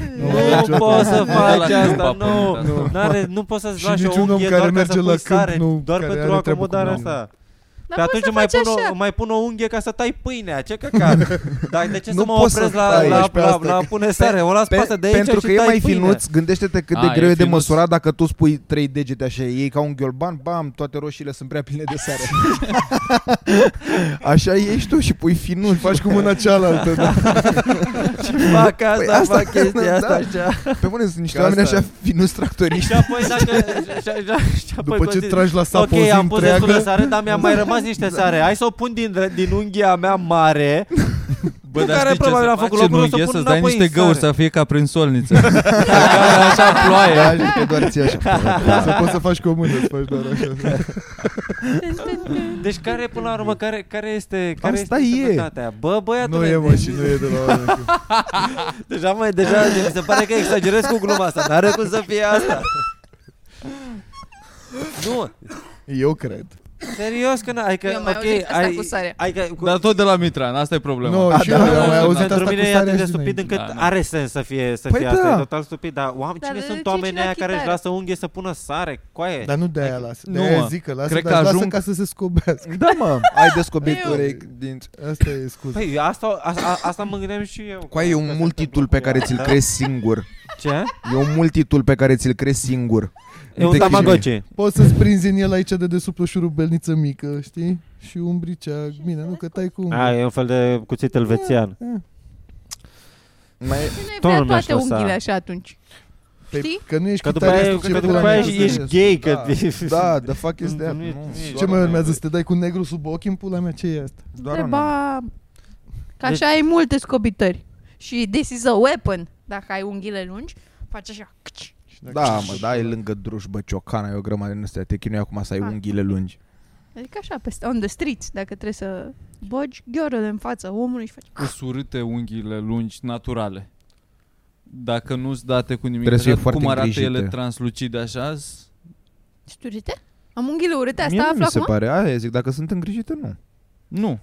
nu poți să Nu, la faci câmp asta, a pornit nu, asta. nu, N-are- nu poți să-ți Și lași o niciun om unghie care doar ca merge să la pui sare, câmp nu- doar care pentru are treabă cu acomodarea nouă. asta. Dar Pe poți atunci să mai faci pun, așa. o, mai pun o unghie ca să tai pâinea, ce căcat. Dar de ce Nu să mă poți să opresc la, tai, la, ești pe la, asta. la, pune sare? O las pe asta de aici pentru și că e tai mai pâinea. finuț, gândește-te cât A, de e greu e de finuț. măsurat dacă tu spui trei degete așa, ei ca un ghiolban, bam, toate roșiile sunt prea pline de sare. așa ești tu și pui finuț. Faci cu mâna cealaltă, da. Fac asta, Păi asta- fac chestia asta, da. așa. Pe bune, sunt niște Că oameni asta- așa finuți tractoriști. Și apoi dacă... și- și- și- și apoi După ce consider- tragi la sapă o păi, Ok, zi am pus destul de întreagă, sare, dar mi-a mai rămas niște sare. Hai să o pun din, din unghia mea mare. Bă, care dar știi ce probabil să a faci făcut în locul, o să unghie? pun Să-ți dai înapoi niște în găuri, sare. să fie ca prin solniță. Să cadă așa ploaie. Da, și pe doar ție așa. Să poți să faci cu o mână, să faci doar așa. Deci care până la urmă, care, care este, care Asta este e. sănătatea? Bă, băiatule, deci Nu e, mă, și nu e de la oameni. deja, mă, deja mi se pare că exagerez cu gluma asta. N-are cum să fie asta. Nu, Eu cred. serios că n-ai că, Eu am mai ok, auzit asta ai, cu sare. Ai, că, cu, Dar tot de la Mitran, asta e problema. Nu, și eu am mai auzit asta Pentru cu mine e atât sarea de și stupid înainte. încât Da, da. are sens să fie, să Păi fie asta, da. e total stupid, dar oameni, Dar cine de sunt ce oamenii cineva aia care își chitară? lasă unghie să pună sare, coaie? Dar nu de aia lasă. De Nu, aia mă. zic că lasă, Cred dar că își lasă ajung- ca să se scobească. Da, mă, ai descoperit Eu- urechi din... Asta e scuza. Păi asta, a, a, asta mă gândeam și eu. Coaie, e Că un se multitul întâmplă pe cu care ea, ți-l da? crezi singur. Ce? E un multitul pe care ți-l crezi singur. E un Uite, tamagotchi. Poți să-ți prinzi în el aici de desubtul și o rubelniță mică, știi? Și un briceag. Bine, nu că tai cu un... A, Ah, e un fel de cuțit elvețian. Da, Mai... Nu e Toată vrea lumea toate și-o să- unghiile așa atunci. știi? Că nu ești Că după aia, chitaristul, că ce după pula aia mea ești ești. gay, că... Da, Da, the fuck is that? Nu, Nu. nici- Ce mai urmează? Să te dai cu negru sub ochi în pula mea? Ce e asta? Doar un om. Treba... Că Deci- așa ai multe scobitări. Și this is a weapon. Dacă ai unghiile lungi, faci așa. căci. Și dacă- Da, mă, da, e lângă druș, bă, ciocana, e o grămadă din astea. Te chinui acum să ai Ah. unghiile lungi. Adică așa, peste on the streets, dacă trebuie să bogi gheorele în față omului și faci... Îți urâte unghiile lungi, naturale. Dacă nu-ți date cu nimic, Trebuie să fie așa, foarte cum arată îngrijite. ele translucide așa, s- Știi urâte? Am unghiile urâte, Mie asta nu aflu mi se acum? pare, aia zic, dacă sunt îngrijite, nu. nu.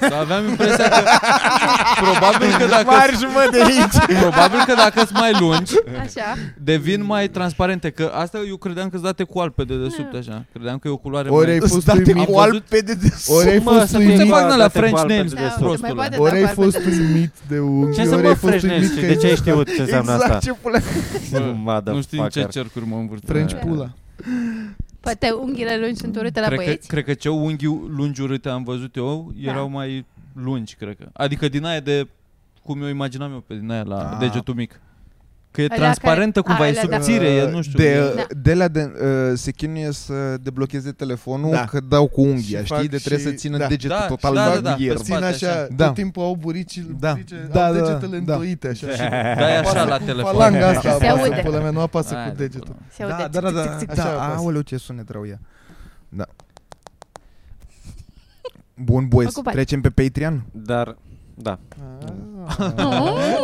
Dar aveam impresia că probabil că dacă Marș, mă, de aici! probabil că dacă sunt mai lungi, Așa. devin mai transparente, că asta eu credeam că sunt date cu albe de Da. desubt așa. Credeam că e o culoare Ori ai mai... fost State uimit, Am cu văzut- albe de ori desubt. ai Mă, fost să nu se uimit, fac de la date cu French albe names, de Da, de se prostule. mai poate ori ai Da, fost barbele. uimit de un... Ce să ori ai mă fost uimit frășnești? că De ce ai ești știut ce înseamnă Exact, asta? ce pula. Motherfucker. Nu știu în ce cercuri mă învârt. French Da. pula. Poate unghiile lungi sunt urâte la Cred că, băieți. Da. cred că ce unghii lungi urâte am văzut eu erau mai lungi, cred că. Adică din aia de cum eu imaginam eu pe din aia la Ah. degetul mic. Că e Alea transparentă care- cumva, e alea, da. subțire, e nu știu. De, Da. de la de, uh, se chinuie să deblocheze telefonul Da. da. că dau cu unghia, Și știi? fac De trebuie și- să țină da. da. degetul Da, total da, la da, da, unghier. pe Țin spate, așa, așa. da. Da. tot timpul au buricile, Da. burice, Da, au da, degetele da. îndoite așa. și Da, e așa apasă la cu telefon. Falanga asta Se apasă, aude. pula mea, nu apasă Hai cu de degetul. pula. Se aude. da, da, tic, tic, da, apasă. aoleu, ce sunet rău e. Da. Bun, boys, Ocupat. trecem pe Patreon? Dar, da.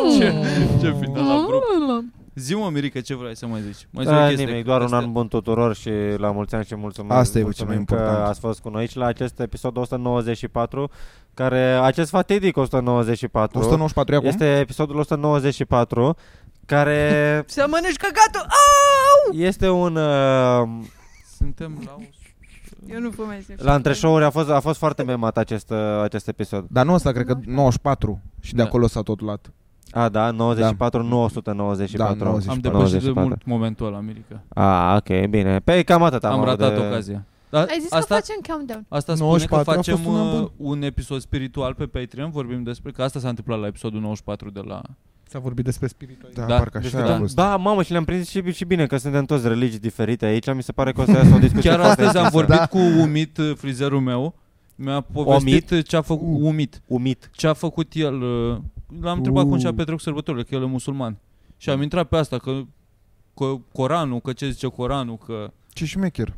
Mm. Ce final abrupt. Mm. Zi mă, Mirica, ce vrei să mai zici? Mai zi o Da, chestie nimic, cu doar un astea. an bun tuturor și la mulți ani și mulțumesc, Asta e mulțumim cel mai că important. ați fost cu noi și la acest episod 194, care acest fatidic 194 194 e acum? este episodul 194, care Să mănânci căcatul! Au! este un... Uh, Suntem la... o- Eu nu fumez. nu știu. la întreșouri a fost, a fost foarte memat acest, uh, acest episod. Dar Da, nu ăsta, cred că 94 și de Da. acolo s-a tot luat. A, da, 94, da. nu 194. Da, 90. Am 94. depășit de mult momentul ăla, Mirica. A, ok, bine. Pe cam atât am, Am avut ratat Da, de... ocazia. Dar Ai zis asta că facem countdown. Asta spune 94 94 a că facem fost un an un, bun. un episod spiritual pe Patreon, vorbim despre că asta s-a întâmplat la episodul 94 de la... S-a vorbit despre spiritualitate. Da, Da, parcă despre așa a Dan- fost. Da, mamă, și le-am prins și, și bine că suntem toți religii diferite aici. Mi se pare că o să iasă o discuție Chiar foarte astăzi am extinsă. vorbit da? cu Umit, uh, frizerul meu, mi-a povestit ce a făcut U. Umit, Da. Umit. ce a făcut el. uh, L-am întrebat U. cum și-a petrecut sărbătorile, că el e musulman. Și am intrat pe asta, că, că Coranul, că ce zice Coranul, că Ce șmecher.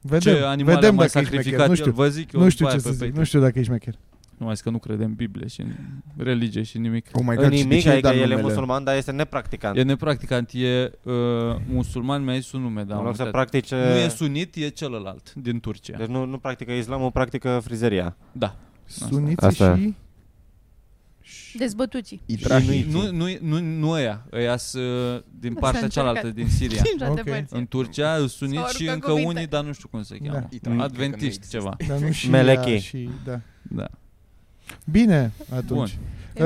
Vedem, ce animale vedem a mai dacă e șmecher, sacrificat nu el, știu. vă zic eu Nu după știu aia păi ce să pe zic, Patreon. nu știu dacă e șmecher. Numai că nu credem în Biblie și în religie și nimic. Oh my În God, și de nimic, ce ai adică dat el e numele? musulman, dar este nepracticant. E nepracticant, e uh, musulman, mi-a zis un nume, dar în am loc să uitat. practice... Nu e sunit, e celălalt din Turcia. deci nu, nu practică islamul, practică frizeria. Da. Suniți Asta. și... Dezbătuții. Itrahi. Nu, nu, nu, nu ăia, ăia sunt uh, din partea încercat. cealaltă din Siria. Cinci Ok. okay. În Turcia sunt S-au suniți și aruncat încă cuvinte. unii, dar nu știu cum se cheamă. Da. Da. Adventiști ceva. Dar nu și Meleche. ea și, da. Da. Bine, atunci. Uh,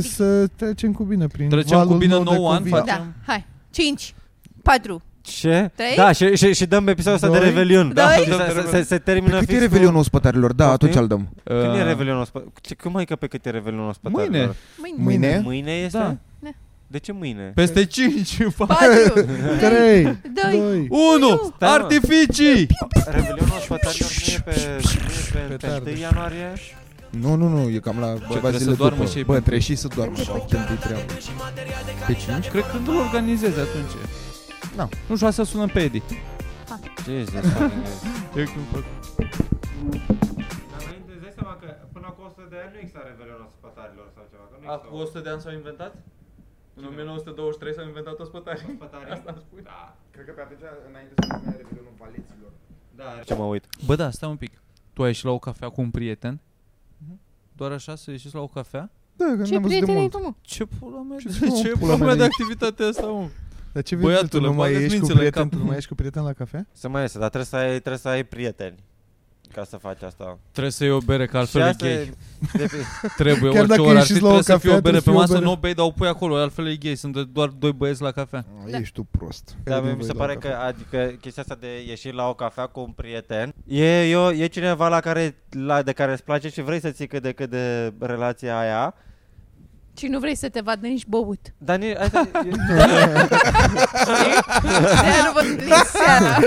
să trecem cu bine prin Trecem cu valul bine nou de nou an, COVID. facem- Da, hai. 5, 4, Ce? Trei? Da, și, și, și dăm episodul ăsta de Doi? Revelion. Da, Doi? Se- se, se, se Pe termină cât e fix cu- revelionul ospătarilor? Da, Poftim? atunci îl dăm. Când e Uh, Revelionul ospă- Ce- Cum mai că pe cât e Revelionul ospătarilor? Mâine. mâine. Mâine? Mâine este? Da. Da. De ce mâine? Peste 5, 4, 4, 3, 2, 2, 1, Stai, mă. artificii! Revelionul ospătarilor nu e pe, nu e pe, pe, Petard. 1 ianuarie? Nu, nu, nu, e cam la ceva trebuie să zile doarmă după. și- Bă, trebuie și să doarmă. Când îi treabă. Pe 5? Cred că nu-l organizezi atunci. Da. Nu știu, asta sună pe Edi. Jesus. Eu când fac... Până acum 100 de ani nu exista Revelionul ospătarilor sau ceva, că nu Acum 100 de ani s-au inventat? În 1923 s-au inventat ospătarii. Da. Cred că pe atunci, înainte să numea revelionul valeților. Da. Ce mă uit? Bă, da, stai un pic. Tu ai ieșit la o cafea cu un prieten? Mhm. Doar așa să ieșiți la o cafea? Da, că Ce n-am văzut de prieteni ai mult. tu, mă? Ce pula mea, Ce ce, spun, ce pula pula mea mea de de- activitatea asta, mă? Dar ce Băiatule, vezi tu, nu mai bagi ești cu mințele în prieten, cap. tu nu mai ești cu prieten la cafea? Se mai iese, dar trebuie să ai, trebuie să ai prieteni ca să faci asta. Trebuie să iei o bere, că altfel e asta gay. e- de pe- Trebuie, Chiar orice dacă oră ar ieșiți fi, la o trebuie să fie cafea, o bere trebuie să pe fie o masă, bere. nu o bei, dar o pui acolo, altfel e gay. Sunt doar doi băieți la cafea. Da. Ah, Ești tu prost. Da, mie mi se pare că adică chestia asta de ieși la o cafea cu un prieten e, e, o, e cineva la care, la, de care îți place și vrei să ții cât de cât de relația aia. Și nu vrei să te vadă nici băut. Dar ni, asta, É, De nu vă scris seara.